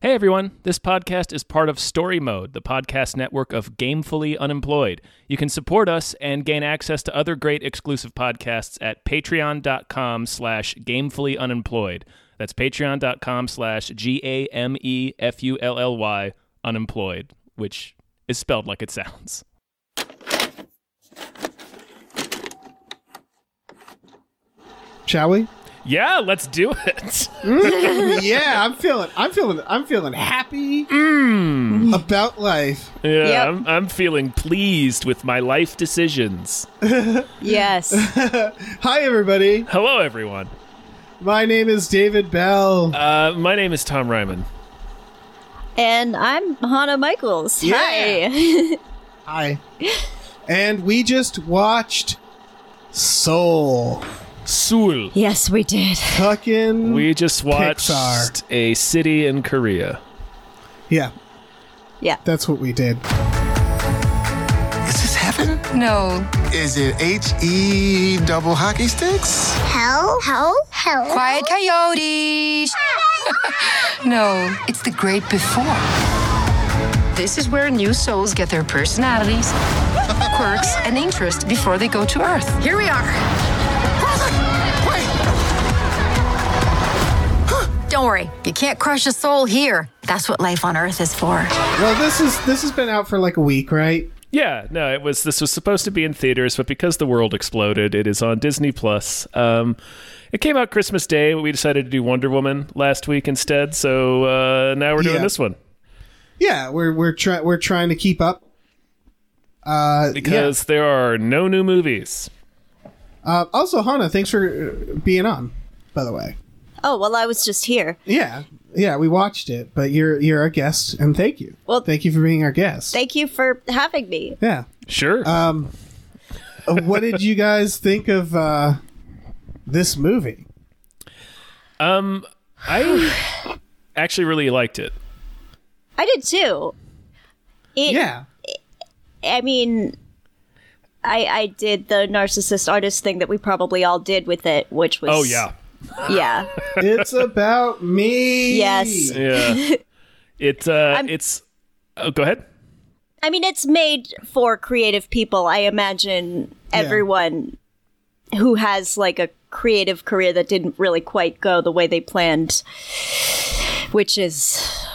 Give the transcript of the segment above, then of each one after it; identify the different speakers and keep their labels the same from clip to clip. Speaker 1: Hey everyone, this podcast is part of Story Mode, the podcast network of Gamefully Unemployed. You can support us and gain access to other great exclusive podcasts at patreon.com slash gamefully unemployed. That's patreon.com slash G A M E F U L L Y unemployed, which is spelled like it sounds.
Speaker 2: Shall we?
Speaker 1: Yeah, let's do it.
Speaker 2: yeah, I'm feeling I'm feeling I'm feeling happy
Speaker 1: Mm.
Speaker 2: about life.
Speaker 1: Yeah,
Speaker 3: Yep.
Speaker 1: I'm, I'm feeling pleased with my life decisions.
Speaker 3: Yes.
Speaker 2: Hi everybody.
Speaker 1: Hello, everyone.
Speaker 2: My name is David Bell.
Speaker 1: Uh, my name is Tom Ryman.
Speaker 3: and I'm Hannah Michaels. Hi.
Speaker 2: Hi. And we just watched Soul.
Speaker 1: Seoul.
Speaker 3: yes, we did.
Speaker 2: Fucking
Speaker 1: We just watched
Speaker 2: Pixar.
Speaker 1: a city in Korea.
Speaker 2: Yeah,
Speaker 3: Yeah.
Speaker 2: that's what we did.
Speaker 4: Is this heaven?
Speaker 5: No.
Speaker 4: Is it H E double hockey sticks?
Speaker 6: Hell, hell, hell.
Speaker 5: Quiet coyotes. no, it's the great before. This is where new souls get their personalities, quirks, and interests before they go to Earth. Here we are. Don't worry, you can't crush a soul here. That's what life on Earth is for.
Speaker 2: Well, this is this has been out for like a week, right?
Speaker 1: Yeah, no, it was. This was supposed to be in theaters, but because the world exploded, it is on Disney Plus. Um, it came out Christmas Day. but We decided to do Wonder Woman last week instead, so uh, now we're doing
Speaker 2: Yeah.
Speaker 1: this one
Speaker 2: Yeah, we're we're trying we're trying to keep up. Uh, yeah.
Speaker 1: because there are no new movies.
Speaker 2: uh, also, Hannah, thanks for uh, being on. By the way,
Speaker 3: Oh, well, I was just here.
Speaker 2: yeah, yeah, we watched it, but you're you're our guest, and thank you.
Speaker 3: Well-
Speaker 2: thank you for being our guest.
Speaker 3: Thank you for having me.
Speaker 2: yeah,
Speaker 1: Sure.
Speaker 2: Um, uh, what did you guys think of uh, this movie?
Speaker 1: um, I actually really liked it.
Speaker 3: I did too. It,
Speaker 2: Yeah,
Speaker 3: I mean, I, I did the narcissist artist thing that we probably all did with it, which was.
Speaker 1: Oh yeah,
Speaker 3: Yeah.
Speaker 2: it's about me.
Speaker 3: Yes.
Speaker 1: yeah. It uh, it's. Oh, go ahead.
Speaker 3: I mean, it's made for creative people. I imagine everyone who has like a creative career that didn't really quite go the way they planned, which is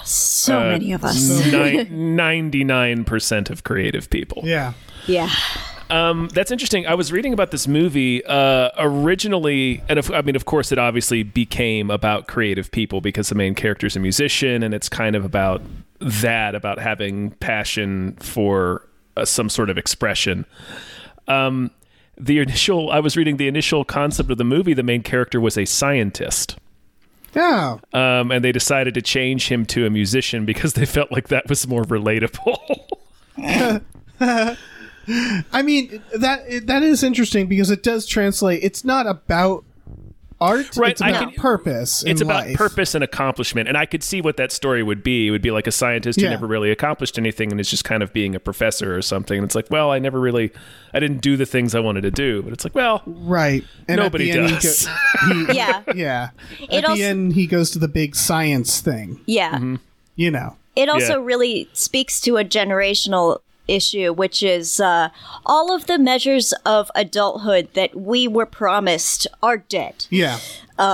Speaker 3: so
Speaker 1: Uh,
Speaker 3: many of us.
Speaker 1: mm. Ninety-nine percent of creative people.
Speaker 2: Yeah.
Speaker 3: yeah.
Speaker 1: Um, that's interesting. I was reading about this movie uh, originally, and of, I mean, of course, it obviously became about creative people because the main character is a musician, and it's kind of about that, about having passion for uh, some sort of expression. Um, the initial, I was reading the initial concept of the movie. The main character was a scientist.
Speaker 2: Oh,
Speaker 1: Um, and they decided to change him to a musician because they felt like that was more relatable.
Speaker 2: I mean that that is interesting because it does translate. It's not about art.
Speaker 1: Right,
Speaker 2: It's
Speaker 1: I
Speaker 2: about
Speaker 1: can-
Speaker 2: purpose. in
Speaker 1: it's about
Speaker 2: life.
Speaker 1: purpose and accomplishment and i could see what that story would be it would be like a scientist
Speaker 2: Yeah.
Speaker 1: who never really accomplished anything and is just kind of being a professor or something and it's like well i never really i didn't do the things i wanted to do but it's like well
Speaker 2: Right. And at
Speaker 1: Nobody
Speaker 2: the end he
Speaker 1: does.
Speaker 2: go- he-
Speaker 3: Yeah.
Speaker 2: yeah.
Speaker 3: It
Speaker 2: at
Speaker 3: also-
Speaker 2: the end, he goes to the big science thing.
Speaker 3: Yeah.
Speaker 2: You know.
Speaker 3: It also
Speaker 1: Mm-hmm. Yeah.
Speaker 3: really speaks to a generational issue, which is uh, all of the measures of adulthood that we were promised are dead.
Speaker 2: Yeah.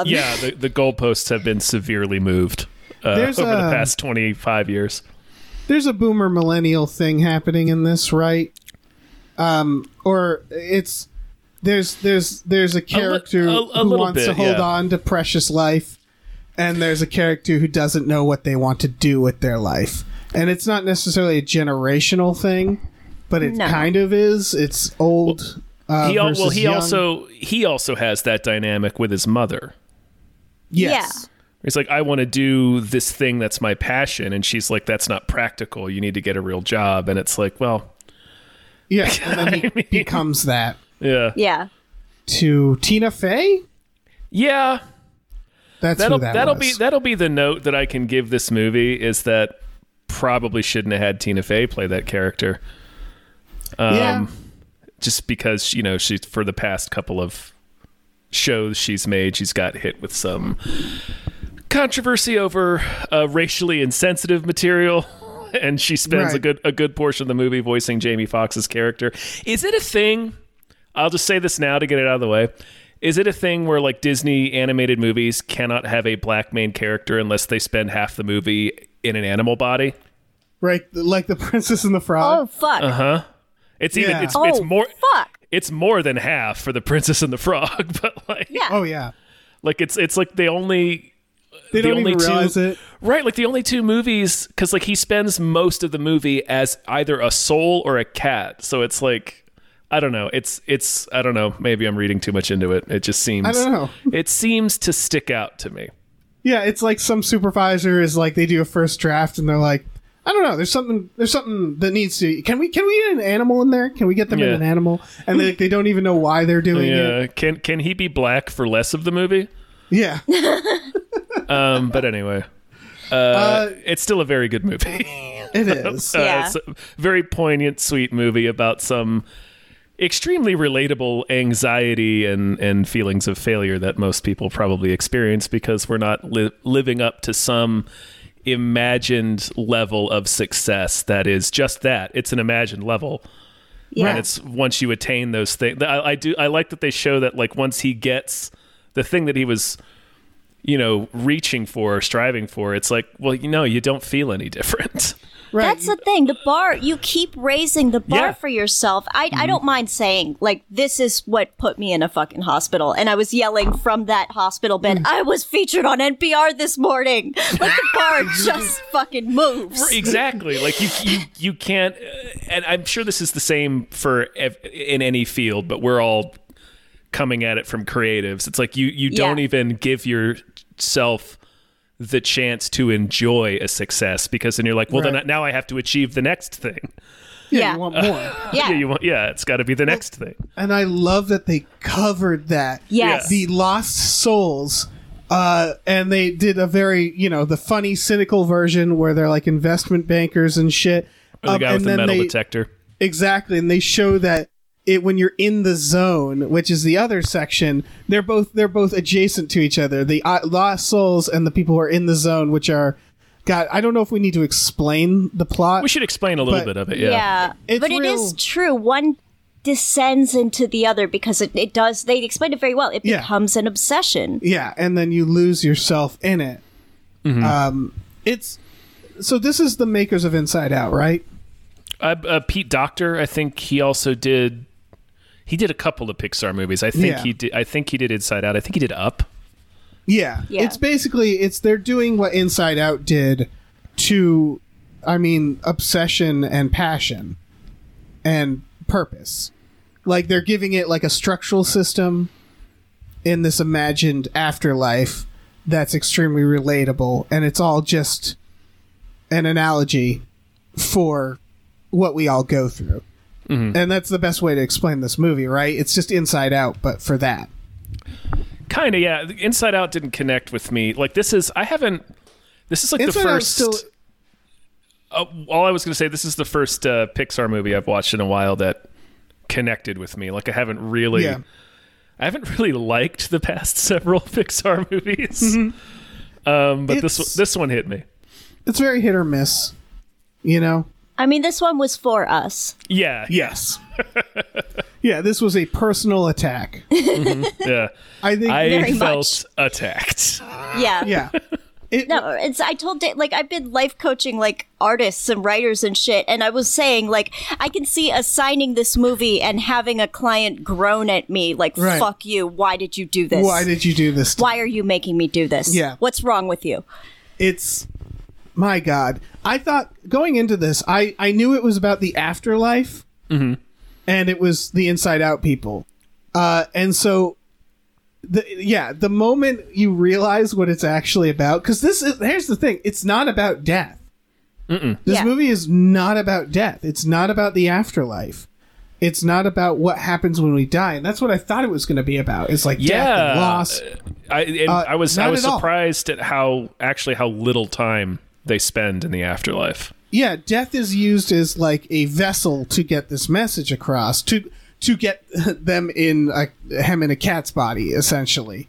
Speaker 1: yeah the, the goalposts have been severely moved uh, over
Speaker 2: There's,
Speaker 1: the
Speaker 2: uh,
Speaker 1: past 25 years
Speaker 2: there's a boomer millennial thing happening in this, right? Um, or it's there's there's there's a character
Speaker 1: a- a
Speaker 2: who
Speaker 1: little
Speaker 2: wants to
Speaker 1: bit,
Speaker 2: hold
Speaker 1: yeah.
Speaker 2: on to precious life, and there's a character who doesn't know what they want to do with their life, and it's not necessarily a generational thing, but it
Speaker 3: No.
Speaker 2: kind of is. It's old. uh,
Speaker 1: he al-
Speaker 2: versus
Speaker 1: well he
Speaker 2: young.
Speaker 1: also he also has that dynamic with his mother
Speaker 2: yes.
Speaker 1: He's like, I want to do this thing that's my passion. And she's like, that's not practical. You need to get a real job. And it's like, well,
Speaker 2: yeah yeah, and then he becomes that
Speaker 1: yeah.
Speaker 3: Yeah.
Speaker 2: to Tina Fey.
Speaker 1: Yeah.
Speaker 2: That's
Speaker 1: that'll
Speaker 2: who that
Speaker 1: that'll
Speaker 2: was.
Speaker 1: be that'll be the note that I can give this movie is that probably shouldn't have had Tina Fey play that character
Speaker 2: yeah.
Speaker 1: um, just because you know she's for the past couple of shows she's made she's got hit with some controversy over uh, racially insensitive material. And she spends a
Speaker 2: Right.
Speaker 1: good a good portion of the movie voicing Jamie Foxx's character. Is it a thing? I'll just say this now to get it out of the way. Is it a thing where like Disney animated movies cannot have a black main character unless they spend half the movie in an animal body?
Speaker 2: Right, like the Princess and the Frog.
Speaker 3: Oh fuck!
Speaker 1: It's even
Speaker 2: Yeah.
Speaker 1: it's
Speaker 3: oh
Speaker 1: Uh-huh. it's more
Speaker 3: fuck!
Speaker 1: it's more than half for the Princess and the Frog, but like
Speaker 2: Oh, yeah,
Speaker 1: like it's it's like they only
Speaker 2: they
Speaker 1: The
Speaker 2: don't even
Speaker 1: only two-
Speaker 2: realize it.
Speaker 1: Right, like the only two movies, because like he spends most of the movie as either a soul or a cat. So it's like, I don't know. It's it's I don't know. Maybe I'm reading too much into it. It just seems
Speaker 2: I don't know.
Speaker 1: It seems to stick out to me.
Speaker 2: Yeah, it's like some supervisor is like they do a first draft and they're like, I don't know, there's something there's something that needs to can we can we get an animal in there? Can we get them in
Speaker 1: Yeah.
Speaker 2: an animal? And they they don't even know why they're doing it.
Speaker 1: Yeah, can can he be black for less of the movie?
Speaker 2: Yeah.
Speaker 1: Um, but anyway,
Speaker 2: Uh,
Speaker 1: it's still a very good movie.
Speaker 2: it is.
Speaker 1: Uh,
Speaker 3: Yeah.
Speaker 1: it's a very poignant, sweet movie about some extremely relatable anxiety and, and feelings of failure that most people probably experience because we're not li- living up to some imagined level of success that is just that it's an imagined level
Speaker 3: Yeah.
Speaker 1: and it's once you attain those things I, I do i like that they show that like once he gets the thing that he was you know reaching for or striving for it's like well you know you don't feel any different
Speaker 2: Right.
Speaker 3: That's the thing. The bar, you keep raising the bar
Speaker 1: Yeah. Mm-hmm.
Speaker 3: for yourself. I, I don't mind saying, like, this is what put me in a fucking hospital. And I was yelling from that hospital
Speaker 1: Mm.
Speaker 3: bed, I was featured on NPR this morning. Like, the bar just fucking moves.
Speaker 1: exactly like you, you you can't uh, and i'm sure this is the same for ev- in any field but we're all coming at it from creatives it's like you you
Speaker 3: Yeah.
Speaker 1: don't even give yourself the chance to enjoy a success because then you're like well then
Speaker 2: Right.
Speaker 1: now i have to achieve the next thing
Speaker 2: yeah,
Speaker 3: Yeah.
Speaker 2: you want more.
Speaker 3: Yeah.
Speaker 1: yeah you want yeah it's got to be the next thing
Speaker 2: and I love that they covered that.
Speaker 3: Yes.
Speaker 2: The Lost Souls. Uh, and they did a very, you know, the funny, cynical version where they're like investment bankers and shit.
Speaker 1: or the
Speaker 2: Um,
Speaker 1: guy with
Speaker 2: and
Speaker 1: the
Speaker 2: then
Speaker 1: metal
Speaker 2: they-
Speaker 1: detector
Speaker 2: Exactly, and they show that it when you're in the zone, which is the other section. They're both they're both adjacent to each other. The uh, lost souls and the people who are in the zone, which are, God, I don't know if we need to explain the plot.
Speaker 1: we should explain a little
Speaker 2: But-
Speaker 1: bit of it
Speaker 3: Yeah.
Speaker 1: yeah,
Speaker 2: It's
Speaker 3: but it
Speaker 2: real-
Speaker 3: is true. One descends into the other because it, it does, they explained it very well. It
Speaker 2: Yeah.
Speaker 3: becomes an obsession.
Speaker 2: yeah, and then you lose yourself in it. Um, it's so this is the makers of Inside Out, right?
Speaker 1: uh, uh, Pete Doctor. I think he also did. He did a couple of Pixar movies. I think
Speaker 2: Yeah.
Speaker 1: he did. I think he did Inside Out. I think he did Up.
Speaker 2: Yeah.
Speaker 3: Yeah.
Speaker 2: It's basically it's they're doing what Inside Out did to I mean obsession and passion and purpose. Like they're giving it like a structural system in this imagined afterlife that's extremely relatable and it's all just an analogy for what we all go through. And that's the best way to explain this movie, right? It's just inside out, but for that.
Speaker 1: Kind of. Yeah. Inside Out didn't connect with me. Like this is. I haven't. This is like
Speaker 2: Inside
Speaker 1: the
Speaker 2: Out's
Speaker 1: first.
Speaker 2: still
Speaker 1: uh, all I was going to say. This is the first uh, Pixar movie I've watched in a while that connected with me. Like I haven't really.
Speaker 2: Yeah.
Speaker 1: I haven't really liked the past several Pixar movies. Um, but this
Speaker 2: Mm-hmm. It's-
Speaker 1: this this one hit me.
Speaker 2: it's very hit or miss, you know.
Speaker 3: I mean, this one was for us.
Speaker 1: Yeah.
Speaker 2: Yes. yeah, this was a personal attack.
Speaker 1: Yeah.
Speaker 2: I think.
Speaker 1: I
Speaker 3: Very much.
Speaker 1: felt attacked.
Speaker 3: Yeah.
Speaker 2: yeah. It,
Speaker 3: No, it's I told Da- like I've been life coaching like artists and writers and shit, and I was saying like I can see assigning this movie and having a client groan at me like
Speaker 2: Right.
Speaker 3: "fuck you," why did you do this?
Speaker 2: Why did you do this? to-
Speaker 3: Why are you making me do this?
Speaker 2: Yeah.
Speaker 3: what's wrong with you?
Speaker 2: It's my God. I thought going into this, I I knew it was about the afterlife, and it was the Inside Out people, uh, and so. The, yeah, the moment you realize what it's actually about, because this is here's the thing: it's not about death. This
Speaker 3: Yeah.
Speaker 2: movie is not about death. It's not about the afterlife. It's not about what happens when we die, and that's what I thought it was going to be about. It's like death and
Speaker 1: Yeah.
Speaker 2: loss.
Speaker 1: I and
Speaker 2: Uh,
Speaker 1: I was I
Speaker 2: not
Speaker 1: was
Speaker 2: at all.
Speaker 1: surprised at how actually how little time they spend in the afterlife.
Speaker 2: Yeah, death is used as like a vessel to get this message across to to get them in a hem in a cat's body essentially.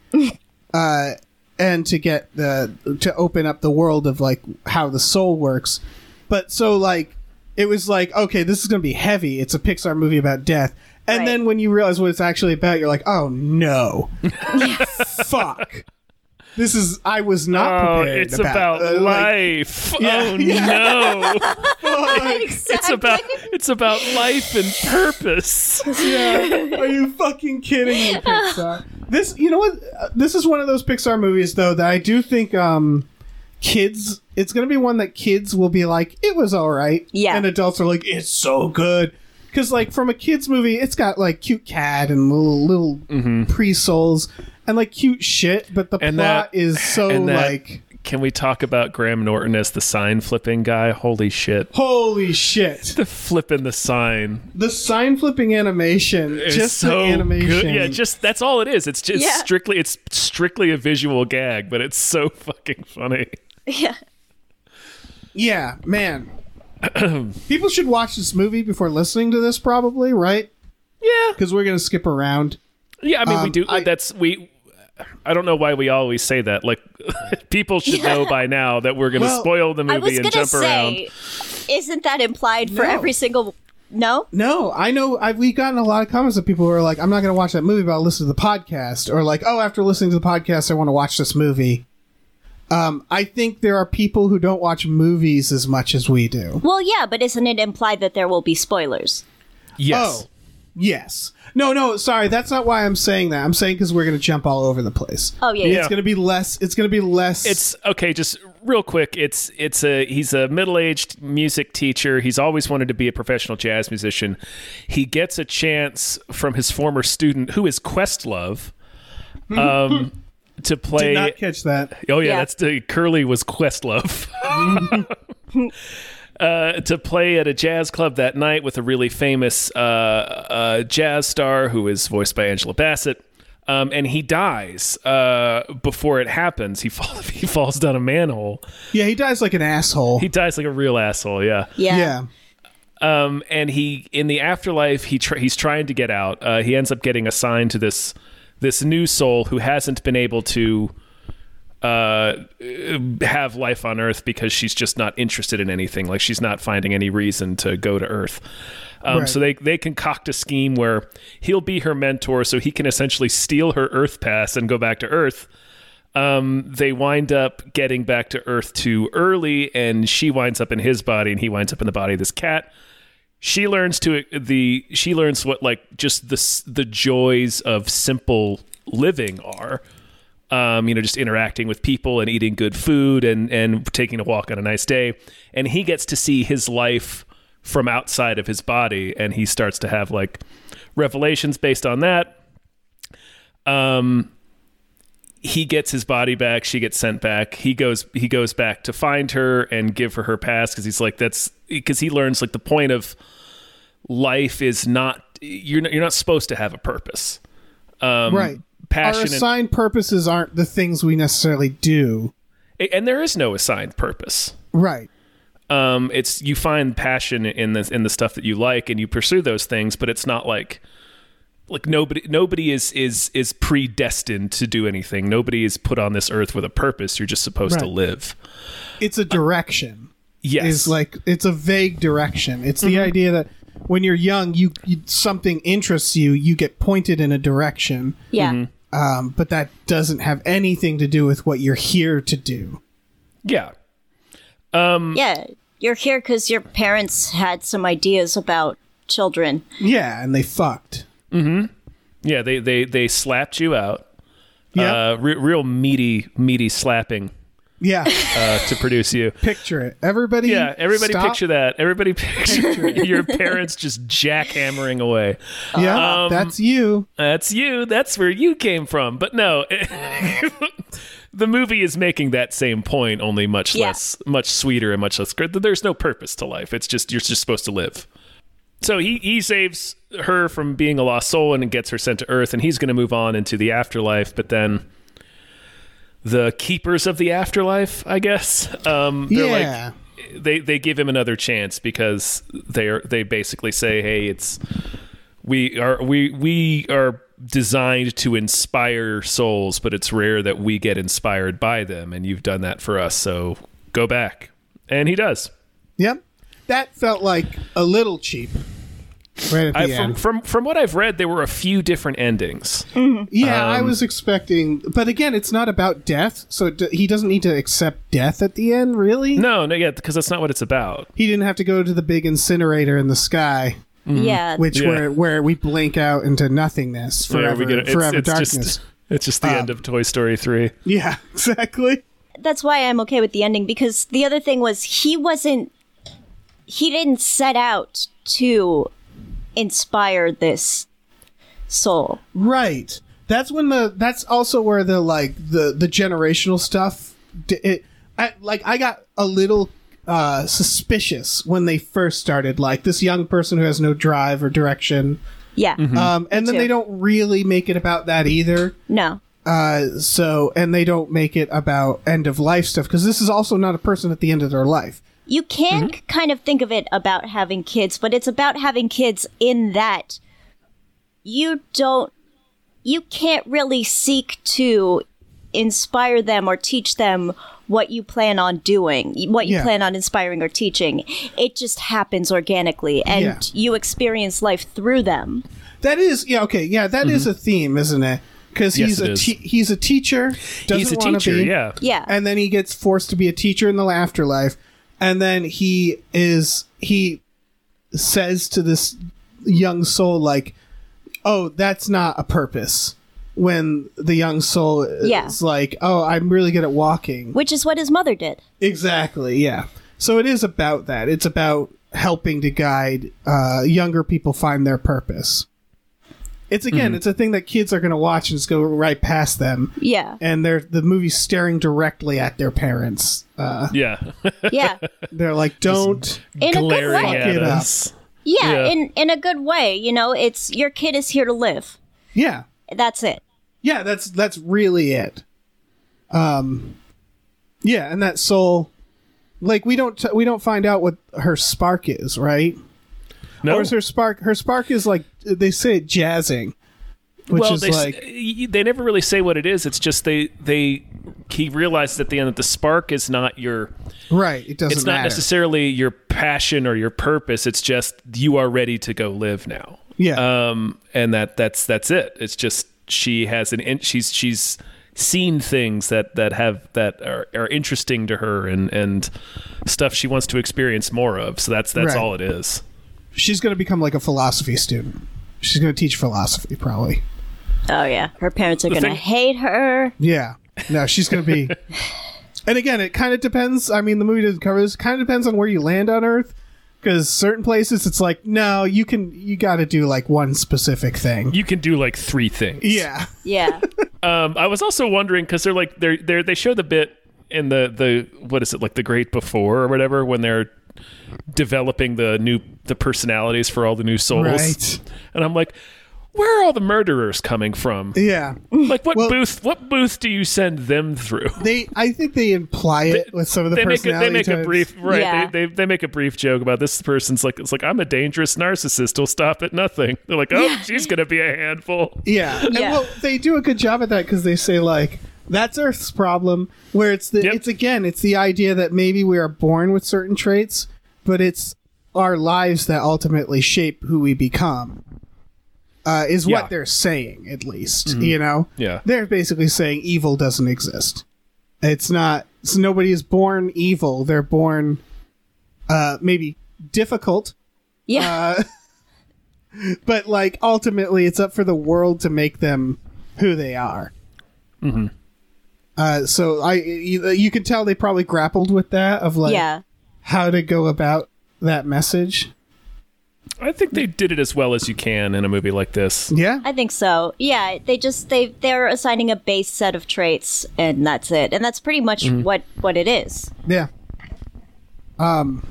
Speaker 2: uh and to get the to open up the world of like how the soul works. But so like it was like okay, this is going to be heavy. It's a Pixar movie about death. And
Speaker 3: Right.
Speaker 2: then when you realize what it's actually about, you're like, "Oh no. Fuck. This is I was not
Speaker 1: Oh,
Speaker 2: prepared
Speaker 1: it's about,
Speaker 2: uh, like,
Speaker 1: life.
Speaker 2: Yeah.
Speaker 1: Oh no.
Speaker 2: oh,
Speaker 1: it's
Speaker 3: Exactly.
Speaker 1: about it's about life and purpose.
Speaker 2: Yeah. Are you fucking kidding me, Pixar? This, you know what? Uh, This is one of those Pixar movies, though, that I do think um, kids. It's going to be one that kids will be like, "It was all right."
Speaker 3: Yeah.
Speaker 2: And adults are like, "It's so good." Because like from a kids movie, it's got like cute cat and little little pre souls and like cute shit, but the
Speaker 1: Mm-hmm. And
Speaker 2: plot
Speaker 1: that-
Speaker 2: is so
Speaker 1: and that-
Speaker 2: like
Speaker 1: Can we talk about Graham Norton as the sign flipping guy? Holy shit.
Speaker 2: holy shit.
Speaker 1: The flipping the sign.
Speaker 2: The sign flipping animation,
Speaker 1: is
Speaker 2: just
Speaker 1: so
Speaker 2: the animation,
Speaker 1: Good. Yeah, just that's all it is. It's just
Speaker 3: Yeah.
Speaker 1: strictly it's strictly a visual gag, but it's so fucking funny.
Speaker 3: Yeah.
Speaker 2: Yeah, man. People should watch this movie before listening to this, probably, right?
Speaker 1: Yeah.
Speaker 2: Because we're gonna skip around.
Speaker 1: Yeah, I mean, we
Speaker 2: Um,
Speaker 1: do.
Speaker 2: I-
Speaker 1: that's we. I don't know why we always say that. Like, people should know by now that we're going to
Speaker 2: Well,
Speaker 1: spoil the
Speaker 3: I
Speaker 1: movie
Speaker 3: was
Speaker 1: and
Speaker 3: gonna
Speaker 1: jump
Speaker 3: say,
Speaker 1: around.
Speaker 3: isn't that implied for
Speaker 2: No.
Speaker 3: every single? No.
Speaker 2: No, I know I've, we've gotten a lot of comments of people who are like, "I'm not gonna watch that movie, but I'll listen to the podcast," or like, "Oh, after listening to the podcast, I want to watch this movie." Um, I think there are people who don't watch movies as much as we do.
Speaker 3: Well, yeah, but isn't it implied that there will be spoilers?
Speaker 1: Yes.
Speaker 2: Oh, yes. No, no, sorry. That's not why I'm saying that. I'm saying because we're gonna jump all over the place.
Speaker 3: Oh yeah.
Speaker 1: Yeah.
Speaker 2: It's gonna be less. It's gonna be less.
Speaker 1: It's okay. Just real quick. It's it's a he's a middle aged music teacher. He's always wanted to be a professional jazz musician. He gets a chance from his former student, who is Questlove, um, to play.
Speaker 2: did not catch that.
Speaker 1: Oh yeah,
Speaker 3: Yeah.
Speaker 1: that's the Curly was Questlove. uh, to play at a jazz club that night with a really famous uh, uh, jazz star who is voiced by Angela Bassett. Um, and he dies uh, before it happens. He falls. He falls down a manhole.
Speaker 2: Yeah, he dies like an asshole.
Speaker 1: He dies like a real asshole. Yeah.
Speaker 3: Yeah.
Speaker 2: yeah.
Speaker 1: Um, and he in the afterlife he tr- he's trying to get out. Uh, he ends up getting assigned to this this new soul who hasn't been able to uh, have life on Earth because she's just not interested in anything. Like she's not finding any reason to go to Earth. Um,
Speaker 2: Right.
Speaker 1: So they they concoct a scheme where he'll be her mentor, so he can essentially steal her Earth pass and go back to Earth. Um, they wind up getting back to Earth too early, and she winds up in his body, and he winds up in the body of this cat. She learns to the she learns what like just the s- the joys of simple living are um, you know, just interacting with people and eating good food and and taking a walk on a nice day. And he gets to see his life from outside of his body, and he starts to have like revelations based on that. Um, he gets his body back. She gets sent back. He goes he goes back to find her and give her her pass because he's like that's because he learns like the point of life is not you're not, you're not supposed to have a purpose. Um,
Speaker 2: right.
Speaker 1: Passion
Speaker 2: Our
Speaker 1: and-
Speaker 2: assigned purposes aren't the things we necessarily do.
Speaker 1: A- and there is no assigned purpose.
Speaker 2: Right.
Speaker 1: Um, it's you find passion in the in the stuff that you like, and you pursue those things. But it's not like like nobody nobody is is is predestined to do anything. Nobody is put on this earth with a purpose. You're just supposed to
Speaker 2: Right.
Speaker 1: live.
Speaker 2: It's a direction.
Speaker 1: Yes, Mm-hmm.
Speaker 2: Is like it's a vague direction. It's the idea that when you're young, you, you something interests you, you get pointed in a direction,
Speaker 3: Yeah.
Speaker 1: Mm-hmm.
Speaker 2: um, but that doesn't have anything to do with what you're here to do.
Speaker 1: yeah.
Speaker 3: Yeah. You're here because your parents had some ideas about children.
Speaker 2: Yeah, and they fucked.
Speaker 1: Yeah, they they they slapped you out.
Speaker 2: Yeah,
Speaker 1: Uh, re- real meaty meaty slapping
Speaker 2: yeah.
Speaker 1: uh, to produce you.
Speaker 2: Picture it, everybody.
Speaker 1: Yeah, everybody
Speaker 2: stop.
Speaker 1: picture that. Everybody picture your parents just jackhammering away.
Speaker 2: Yeah,
Speaker 1: Um,
Speaker 2: that's you.
Speaker 1: that's you that's where you came from but no the movie is making that same point only much
Speaker 3: Yeah.
Speaker 1: less much sweeter and much less good there's no purpose to life it's just you're just supposed to live so he he saves her from being a lost soul and gets her sent to earth and he's going to move on into the afterlife but then the keepers of the afterlife i guess um they're
Speaker 2: Yeah.
Speaker 1: like they they give him another chance because they are they basically say, hey, it's we are we we are designed to inspire souls, but it's rare that we get inspired by them, and you've done that for us. So go back, and he does.
Speaker 2: Yep. That felt like a little cheap. Right at the
Speaker 1: I, from,
Speaker 2: end.
Speaker 1: from from what I've read, there were a few different endings.
Speaker 2: Mm-hmm. yeah,
Speaker 1: um,
Speaker 2: I was expecting, but again, it's not about death, so it, he doesn't need to accept death at the end, really.
Speaker 1: No, no, yeah, because that's not what it's about.
Speaker 2: He didn't have to go to the big incinerator in the sky,
Speaker 3: Yeah.
Speaker 2: which
Speaker 1: Yeah.
Speaker 2: where where we blink out into nothingness
Speaker 1: Yeah,
Speaker 2: forever,
Speaker 1: we get it. It's,
Speaker 2: forever
Speaker 1: it's
Speaker 2: darkness. Uh,
Speaker 1: just it's just the end of Toy Story three.
Speaker 2: Yeah, exactly.
Speaker 3: that's why I'm okay with the ending because the other thing was he wasn't he didn't set out to inspire this soul.
Speaker 2: Right. That's when the that's also where the like the the generational stuff. d- It, I, like I got a little uh, suspicious when they first started. Like this young person who has no drive or direction,
Speaker 3: Yeah.
Speaker 2: um, and then
Speaker 3: too.
Speaker 2: they don't really make it about that either.
Speaker 3: No.
Speaker 2: Uh, so and they don't make it about end of life stuff because this is also not a person at the end of their life.
Speaker 3: You can k- kind of think of it about having kids, but it's about having kids in that you don't you can't really seek to inspire them or teach them what you plan on doing, what you
Speaker 2: Yeah.
Speaker 3: plan on inspiring or teaching. It just happens organically and
Speaker 2: Yeah.
Speaker 3: you experience life through them.
Speaker 2: That is yeah okay yeah that is a theme isn't it? Because
Speaker 1: Yes,
Speaker 2: he's
Speaker 1: it
Speaker 2: a
Speaker 1: is.
Speaker 2: te- he's a teacher. Doesn't
Speaker 1: He's a
Speaker 2: wanna
Speaker 1: teacher,
Speaker 2: be,
Speaker 1: yeah.
Speaker 3: Yeah.
Speaker 2: and then he gets forced to be a teacher in the afterlife and then he is he says to this young soul like oh that's not a purpose when the young soul is
Speaker 3: Yeah.
Speaker 2: like oh i'm really good at walking
Speaker 3: which is what his mother did.
Speaker 2: exactly yeah so it is about that it's about helping to guide uh, younger people find their purpose it's again it's a thing that kids are going to watch and just go right past them
Speaker 3: Yeah.
Speaker 2: and they're the movie's staring directly at their parents
Speaker 1: Yeah,
Speaker 3: Yeah.
Speaker 2: They're like, don't.
Speaker 3: In a good
Speaker 1: glaring
Speaker 3: way.
Speaker 1: at
Speaker 2: Get up.
Speaker 1: us.
Speaker 3: Yeah,
Speaker 1: Yeah.
Speaker 3: in in a good way, you know, it's your kid is here to live.
Speaker 2: yeah,
Speaker 3: That's it.
Speaker 2: yeah. That's that's really it. Um, yeah, and that soul, like we don't t- we don't find out what her spark is, right?
Speaker 1: No,
Speaker 2: Or is her spark? Her spark is like they say it jazzing, which
Speaker 1: well,
Speaker 2: is
Speaker 1: they, s-
Speaker 2: like
Speaker 1: y- they never really say what it is. It's just they they he realizes at the end that the spark is not your
Speaker 2: right. It doesn't
Speaker 1: it's not
Speaker 2: matter.
Speaker 1: necessarily your passion or your purpose. It's just you are ready to go live now.
Speaker 2: yeah,
Speaker 1: Um, and that that's that's it. It's just she has an in, she's she's seen things that that have that are, are interesting to her and and stuff she wants to experience more of. So that's that's
Speaker 2: Right.
Speaker 1: all it is.
Speaker 2: she's going to become like a philosophy student. She's going to teach philosophy, probably.
Speaker 3: Oh yeah, her parents are going to
Speaker 1: thing-
Speaker 3: hate her.
Speaker 2: Yeah. No, she's going to be. and again, it kind of depends. I mean, the movie doesn't cover this. Kind of depends on where you land on Earth, because certain places it's like, no, you can, you got to do like one specific thing.
Speaker 1: You can do like three things.
Speaker 2: yeah.
Speaker 3: Yeah.
Speaker 1: Um, I was also wondering because they're like they're they are they show the bit in the the what is it like the great before or whatever when they're developing the new the personalities for all the new souls,
Speaker 2: Right.
Speaker 1: and I'm like. Where are all the murderers coming from?
Speaker 2: Yeah.
Speaker 1: Like what
Speaker 2: Eh, Well-
Speaker 1: booth? What booth do you send them through?
Speaker 2: They, I think they imply it with some of the
Speaker 1: they make a,
Speaker 2: personality
Speaker 1: they make a
Speaker 2: types.
Speaker 1: brief right.
Speaker 3: Yeah.
Speaker 1: They, they they make a brief joke about this person's like it's like I'm a dangerous narcissist. He'll stop at nothing. They're like, oh, she's gonna be a handful.
Speaker 2: Yeah. And,
Speaker 3: Yeah.
Speaker 2: well, they do a good job at that because they say like that's Earth's problem. Where it's the
Speaker 1: Yep.
Speaker 2: it's again it's the idea that maybe we are born with certain traits, but it's our lives that ultimately shape who we become. Uh, is
Speaker 1: Yeah. Mm-hmm.
Speaker 2: what they're saying at least. You know.
Speaker 1: Yeah.
Speaker 2: They're basically saying evil doesn't exist. It's not. So nobody is born evil. They're born, uh, maybe difficult,
Speaker 3: Yeah.
Speaker 2: but like ultimately it's up for the world to make them who they are mm-hmm. uh, so i you, you can tell they probably grappled with that of like
Speaker 3: yeah.
Speaker 2: how to go about that message
Speaker 1: I think they did it as well as you can in a movie like this.
Speaker 2: yeah
Speaker 3: I think so. Yeah, they just they they're assigning a base set of traits and that's it. And that's pretty much
Speaker 2: Mm-hmm.
Speaker 3: what what it is.
Speaker 2: yeah um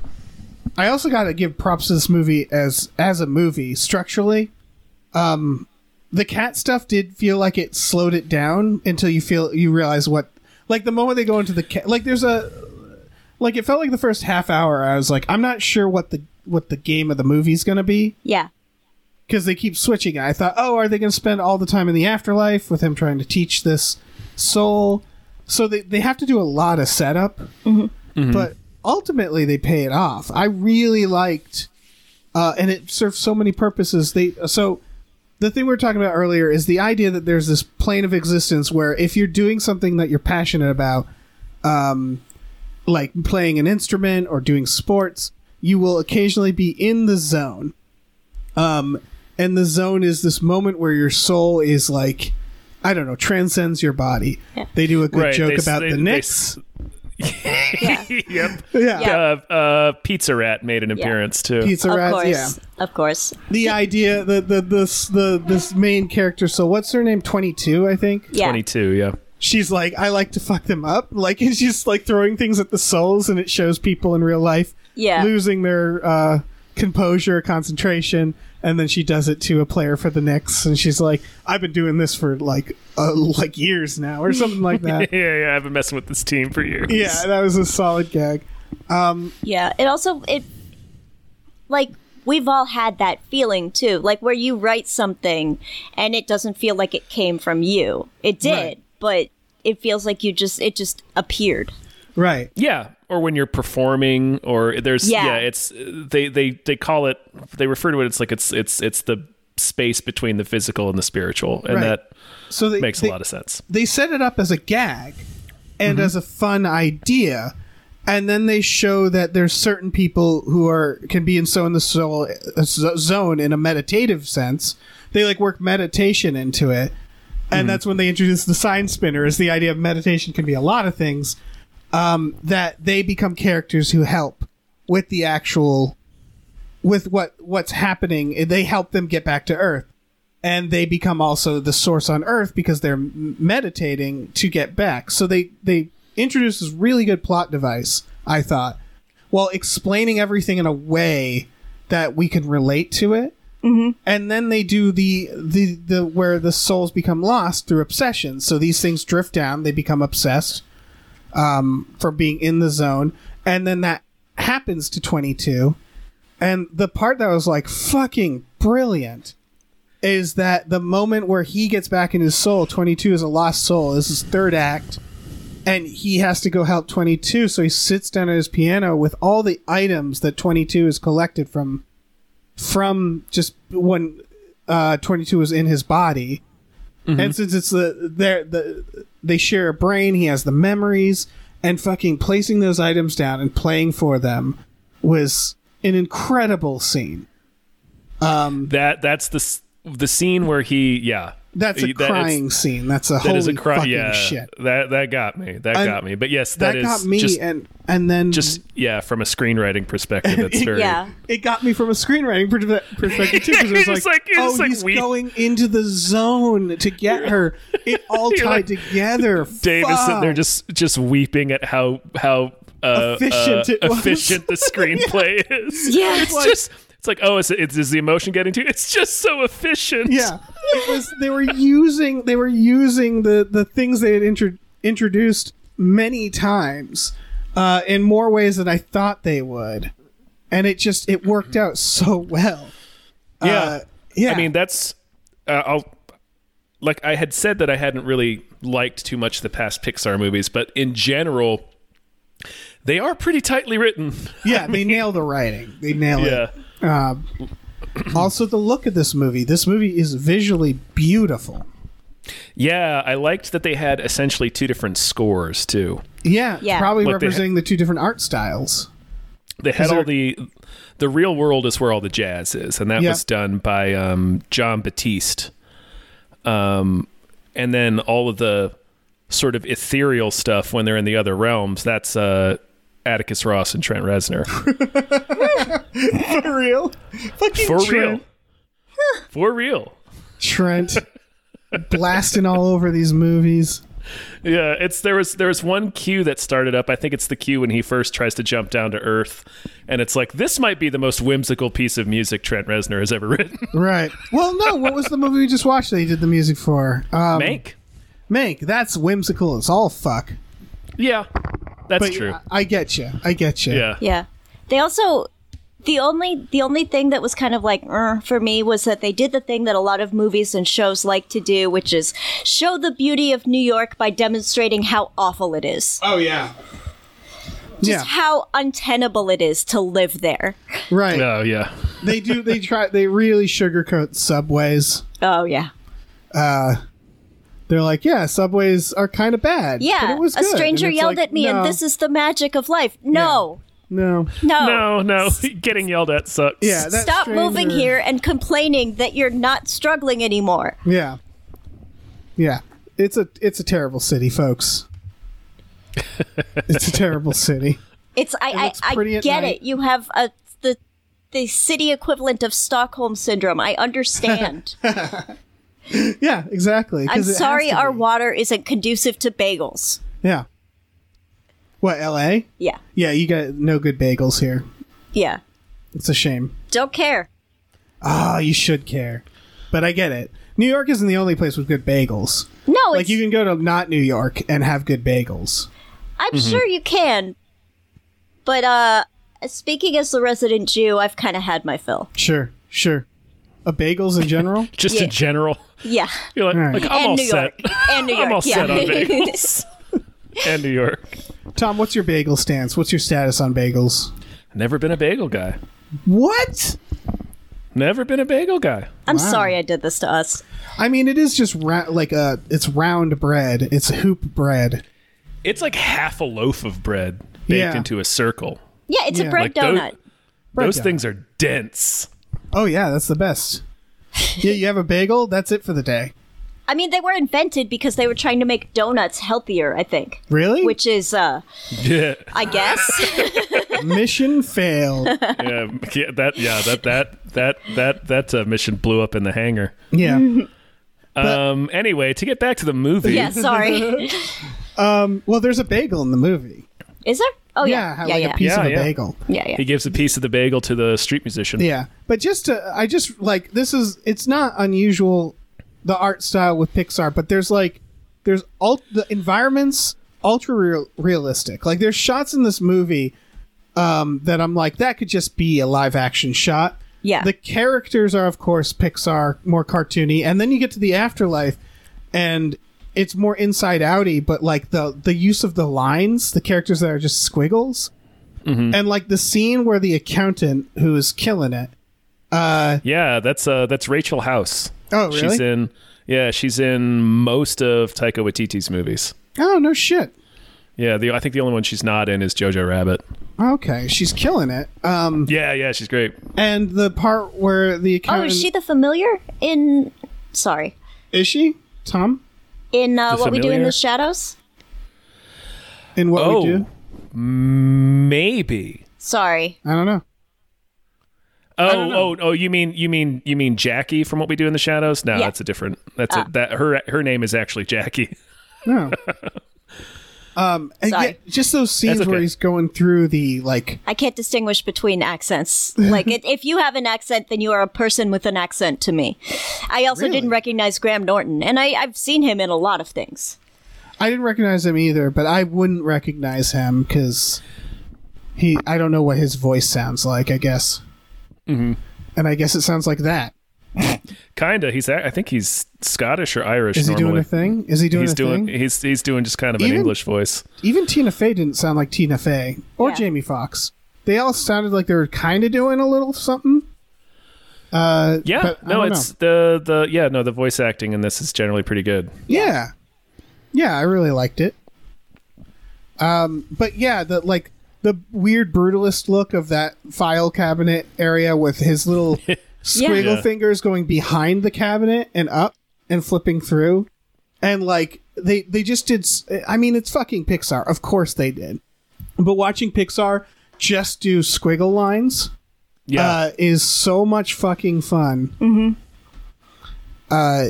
Speaker 2: i also gotta give props to this movie as as a movie structurally um the cat stuff did feel like it slowed it down until you feel you realize what like the moment they go into the cat like there's a like it felt like the first half hour i was like i'm not sure what the what the game of the movie's gonna be
Speaker 3: Yeah.
Speaker 2: because they keep switching. it. I thought, oh, are they going to spend all the time in the afterlife with him trying to teach this soul? So they, they have to do a lot of setup, but ultimately they pay it off. I really liked, uh, and it serves so many purposes. They so the thing we were talking about earlier is the idea that there's this plane of existence where if you're doing something that you're passionate about, um, like playing an instrument or doing sports, you will occasionally be in the zone. Um, and the zone is this moment where your soul is like, I don't know, transcends your body. They do a good
Speaker 1: Right,
Speaker 2: joke
Speaker 1: they s-
Speaker 2: about
Speaker 1: they-
Speaker 2: the
Speaker 1: they
Speaker 2: Knicks.
Speaker 3: Yeah.
Speaker 1: yep.
Speaker 2: yeah.
Speaker 3: Yeah.
Speaker 1: Uh, uh, Pizza Rat made an appearance too.
Speaker 2: Pizza
Speaker 3: of
Speaker 2: Rats,
Speaker 3: course.
Speaker 2: yeah.
Speaker 3: Of course.
Speaker 2: The idea, the the this the this main character. So what's her name? Twenty two, I think.
Speaker 3: Yeah.
Speaker 1: Twenty-two. Yeah.
Speaker 2: she's like, I like to fuck them up. Like, and she's like throwing things at the souls, and it shows people in real life
Speaker 3: Yeah.
Speaker 2: losing their uh, composure, concentration. And then she does it to a player for the Knicks, and she's like, "I've been doing this for like uh, like years now, or something like that."
Speaker 1: Yeah, yeah. I've been messing with this team for years.
Speaker 2: yeah, that was a solid gag.
Speaker 3: Yeah. It also it like we've all had that feeling too, like where you write something and it doesn't feel like it came from you. It did,
Speaker 2: Right.
Speaker 3: but it feels like you just it just appeared.
Speaker 2: Right.
Speaker 1: Yeah, or when you're performing, or there's yeah.
Speaker 3: Yeah.
Speaker 1: it's they they they call it they refer to it. It's like it's it's it's the space between the physical and the spiritual, and
Speaker 2: Right.
Speaker 1: that
Speaker 2: So they,
Speaker 1: makes
Speaker 2: they,
Speaker 1: a lot of sense.
Speaker 2: they set it up as a gag and as a fun idea and then they show that there's certain people who are can be in so in the soul uh, zo- zone in a meditative sense they like work meditation into it and that's when they introduce the sign spinner is the idea of meditation can be a lot of things um, that they become characters who help with the actual with what what's happening they help them get back to earth and they become also the source on earth because they're m- meditating to get back so they they introduce this really good plot device i thought while explaining everything in a way that we can relate to it and then they do the, the the where the souls become lost through obsession so these things drift down they become obsessed um, from being in the zone and then that happens to 22 and the part that was like fucking brilliant is that the moment where he gets back in his soul, 22 is a lost soul. This is third act. And he has to go help 22. So he sits down at his piano with all the items that 22 has collected from, from just when uh, 22 was in his body. And since it's the, they're- the, they share a brain, he has the memories. And fucking placing those items down and playing for them was an incredible scene.
Speaker 1: That that's the s- the scene where he yeah
Speaker 2: That's a
Speaker 1: That- it's-
Speaker 2: crying scene. That's a
Speaker 1: that
Speaker 2: holy
Speaker 1: is a cry
Speaker 2: fucking
Speaker 1: yeah
Speaker 2: shit.
Speaker 1: that that got me that
Speaker 2: And
Speaker 1: got me but yes
Speaker 2: That,
Speaker 1: is
Speaker 2: got me,
Speaker 1: just,
Speaker 2: and and then
Speaker 1: just yeah from a screenwriting perspective it's very
Speaker 3: Yeah.
Speaker 2: it got me from a screenwriting per- perspective too. Because it was
Speaker 1: You're
Speaker 2: like,
Speaker 1: just like- you're
Speaker 2: oh,
Speaker 1: just like
Speaker 2: he's
Speaker 1: we-
Speaker 2: going into the zone to get her. It all
Speaker 1: You're
Speaker 2: tied
Speaker 1: like,
Speaker 2: together.
Speaker 1: Dave is sitting there
Speaker 2: Fuck.
Speaker 1: just just weeping at how how uh,
Speaker 2: Efficient
Speaker 1: uh,
Speaker 2: it was.
Speaker 1: efficient the screenplay is.
Speaker 3: Yeah.
Speaker 1: it's just it's like oh, is, it, is the emotion getting to? you? It's just so efficient.
Speaker 2: Yeah, it was. They were using. They were using the the things they had intro- introduced many times, uh, in more ways than I thought they would, and it just it worked out so well.
Speaker 1: yeah.
Speaker 2: Uh, yeah.
Speaker 1: I mean, that's uh, I'll like I had said that I hadn't really liked too much the past Pixar movies, but in general, they are pretty tightly written.
Speaker 2: yeah, they nail the writing. They nail it.
Speaker 1: Yeah.
Speaker 2: Also, the look of this movie. This movie is visually beautiful.
Speaker 1: Yeah, I liked that they had essentially two different scores too.
Speaker 2: Yeah,
Speaker 3: Yeah.
Speaker 2: probably
Speaker 1: Like they-
Speaker 2: representing the two different art styles.
Speaker 1: they had all the the real world is where all the jazz is and that
Speaker 2: Yeah.
Speaker 1: was done by um, john batiste um, and then all of the sort of ethereal stuff when they're in the other realms that's uh, atticus ross and trent reznor
Speaker 2: For real? Fucking
Speaker 1: for
Speaker 2: Trent.
Speaker 1: real for real
Speaker 2: Trent blasting all over these movies.
Speaker 1: yeah it's there was there was one cue that started up i think it's the cue when he first tries to jump down to earth and it's like this might be the most whimsical piece of music trent reznor has ever written
Speaker 2: Right. Well, no. What was the movie we just watched? They did the music for um,
Speaker 1: mank
Speaker 2: Mank. That's whimsical as all fuck.
Speaker 1: yeah that's
Speaker 2: But
Speaker 1: true
Speaker 2: I, I get you. I get you.
Speaker 1: yeah
Speaker 3: Yeah. They also the only the only thing that was kind of like "Er," for me was that they did the thing that a lot of movies and shows like to do, which is show the beauty of New York by demonstrating how awful it is,
Speaker 2: Oh yeah. Yeah.
Speaker 3: how untenable it is to live there.
Speaker 2: Right.
Speaker 1: Oh yeah.
Speaker 2: They do they try they really sugarcoat subways.
Speaker 3: Oh yeah,
Speaker 2: They're like, yeah, subways are kind of bad. but
Speaker 3: yeah.
Speaker 2: it was
Speaker 3: A
Speaker 2: good." And
Speaker 3: stranger
Speaker 2: it's
Speaker 3: yelled
Speaker 2: like,
Speaker 3: at me,
Speaker 2: "No,
Speaker 3: and this is the magic of life. No,
Speaker 2: no.
Speaker 3: no,
Speaker 1: No, no. Getting yelled at sucks.
Speaker 2: Yeah, that
Speaker 3: Stop
Speaker 2: stranger-
Speaker 3: moving here and complaining that you're not struggling anymore.
Speaker 2: Yeah, yeah. It's a it's a terrible city, folks. it's a terrible city.
Speaker 3: It's I
Speaker 2: looks
Speaker 3: I,
Speaker 2: pretty
Speaker 3: I
Speaker 2: at
Speaker 3: get
Speaker 2: night.
Speaker 3: it. You have a the the city equivalent of Stockholm syndrome. I understand.
Speaker 2: Yeah, exactly. 'cause
Speaker 3: I'm
Speaker 2: it has
Speaker 3: sorry
Speaker 2: to
Speaker 3: our
Speaker 2: be.
Speaker 3: water isn't conducive to bagels.
Speaker 2: yeah. What L.A.
Speaker 3: Yeah.
Speaker 2: Yeah, you got no good bagels here.
Speaker 3: Yeah.
Speaker 2: It's a shame.
Speaker 3: Don't care.
Speaker 2: Ah, you should care, but I get it. New York isn't the only place with good bagels.
Speaker 3: No,
Speaker 2: Like
Speaker 3: it's,
Speaker 2: you can go to not New York and have good bagels.
Speaker 3: I'm
Speaker 1: Mm-hmm.
Speaker 3: sure you can. But uh speaking as the resident Jew, I've kind of had my fill.
Speaker 2: Sure, sure. A bagels in general.
Speaker 1: Just
Speaker 3: Yeah.
Speaker 1: in general.
Speaker 3: Yeah.
Speaker 1: You're like,
Speaker 2: Right.
Speaker 1: like I'm
Speaker 3: and
Speaker 1: all
Speaker 3: New
Speaker 1: set.
Speaker 3: York. And New York.
Speaker 1: I'm all
Speaker 3: yeah.
Speaker 1: set on bagels. and New York.
Speaker 2: Tom, what's your bagel stance? What's your status on bagels?
Speaker 1: Never been a bagel guy.
Speaker 2: What?
Speaker 1: Never been a bagel guy.
Speaker 3: I'm sorry I did this to us.
Speaker 2: I mean, it is just ra- like uh it's round bread. It's hoop bread.
Speaker 1: It's like half a loaf of bread baked
Speaker 2: Yeah.
Speaker 1: into a circle.
Speaker 3: Yeah, it's
Speaker 2: Yeah.
Speaker 3: a bread
Speaker 1: Like those-
Speaker 3: donut.
Speaker 2: Bread
Speaker 1: Those
Speaker 2: donut.
Speaker 1: things are dense.
Speaker 2: Oh yeah, that's the best. yeah, you have a bagel. That's it for the day.
Speaker 3: I mean, they were invented because they were trying to make donuts healthier, I think.
Speaker 2: Really?
Speaker 3: Which is, uh,
Speaker 1: Yeah.
Speaker 3: I guess.
Speaker 2: mission failed?
Speaker 1: yeah, Um, yeah, that yeah, that that that that that uh, mission blew up in the hangar.
Speaker 2: Yeah.
Speaker 1: Um anyway, to get back to the movie.
Speaker 3: yeah, sorry.
Speaker 2: well, there's a bagel in the movie.
Speaker 3: Is there? Oh,
Speaker 2: Yeah,
Speaker 3: yeah.
Speaker 2: how-
Speaker 3: Yeah,
Speaker 2: like
Speaker 3: yeah.
Speaker 2: a piece
Speaker 1: Yeah,
Speaker 2: of a
Speaker 1: yeah.
Speaker 2: bagel.
Speaker 3: yeah, yeah.
Speaker 1: He gives a piece of the bagel to the street musician.
Speaker 2: Yeah, but just to, I just like this is it's not unusual the art style with Pixar, but there's like there's all the environments ultra real, realistic. Like there's shots in this movie um, that I'm like that could just be a live action shot.
Speaker 3: Yeah.
Speaker 2: the characters are of course Pixar more cartoony, and then you get to the afterlife and. It's more inside outy, but like the the use of the lines, the characters that are just squiggles, and like the scene where the accountant who is killing it.
Speaker 1: Yeah, that's uh that's Rachel House.
Speaker 2: Oh, really?
Speaker 1: She's in Yeah, she's in most of Taika Waititi's movies.
Speaker 2: Oh no shit.
Speaker 1: Yeah, the I think the only one she's not in is Jojo Rabbit.
Speaker 2: Okay, she's killing it. Um,
Speaker 1: Yeah, yeah, she's great.
Speaker 2: and the part where the
Speaker 3: Oh,
Speaker 2: accountant
Speaker 3: is she the familiar in? Sorry,
Speaker 2: is she Tom
Speaker 3: in uh,
Speaker 1: The
Speaker 3: what we do in
Speaker 1: Familiar?
Speaker 3: the shadows.
Speaker 2: in what
Speaker 1: Oh.
Speaker 2: we do?
Speaker 1: Maybe.
Speaker 3: Sorry,
Speaker 2: I don't know.
Speaker 1: Oh, oh, oh! You mean you mean you mean Jackie from what we do in the shadows? No,
Speaker 3: Yeah.
Speaker 1: that's a different. That's
Speaker 2: Uh.
Speaker 1: a, that her her name is actually Jackie.
Speaker 2: No. um, and
Speaker 3: Sorry.
Speaker 2: yet, just those scenes
Speaker 1: That's
Speaker 2: where
Speaker 1: okay.
Speaker 2: he's going through the like.
Speaker 3: I can't distinguish between accents. Like, it, if you have an accent, then you are a person with an accent to me. I also
Speaker 2: Really?
Speaker 3: didn't recognize Graham Norton, and I, I've seen him in a lot of things.
Speaker 2: I didn't recognize him either, but I wouldn't recognize him because he. I don't know what his voice sounds like. I guess. Mm-hmm. And I guess it sounds like that.
Speaker 1: Kinda. He's a- I think he's Scottish or Irish.
Speaker 2: Is he
Speaker 1: normally.
Speaker 2: doing a thing? Is he doing
Speaker 1: He's
Speaker 2: a
Speaker 1: doing
Speaker 2: thing?
Speaker 1: he's he's doing just kind of an
Speaker 2: Even-
Speaker 1: English voice.
Speaker 2: even Tina Fey didn't sound like Tina Fey or
Speaker 3: Yeah.
Speaker 2: Jamie Foxx. They all sounded like they were kind of doing a little something. Uh,
Speaker 1: Yeah.
Speaker 2: but I
Speaker 1: no,
Speaker 2: don't
Speaker 1: it's
Speaker 2: know.
Speaker 1: the the yeah no the voice acting in this is generally pretty good.
Speaker 2: yeah, yeah. I really liked it. Um, but yeah, the like the weird brutalist look of that file cabinet area with his little squiggle
Speaker 1: Yeah.
Speaker 2: fingers going behind the cabinet and up and flipping through, and like they they just did. s- I mean, it's fucking Pixar. Of course they did. But watching Pixar just do squiggle lines
Speaker 1: Yeah.
Speaker 2: uh, is so much fucking fun. Mm-hmm. Uh,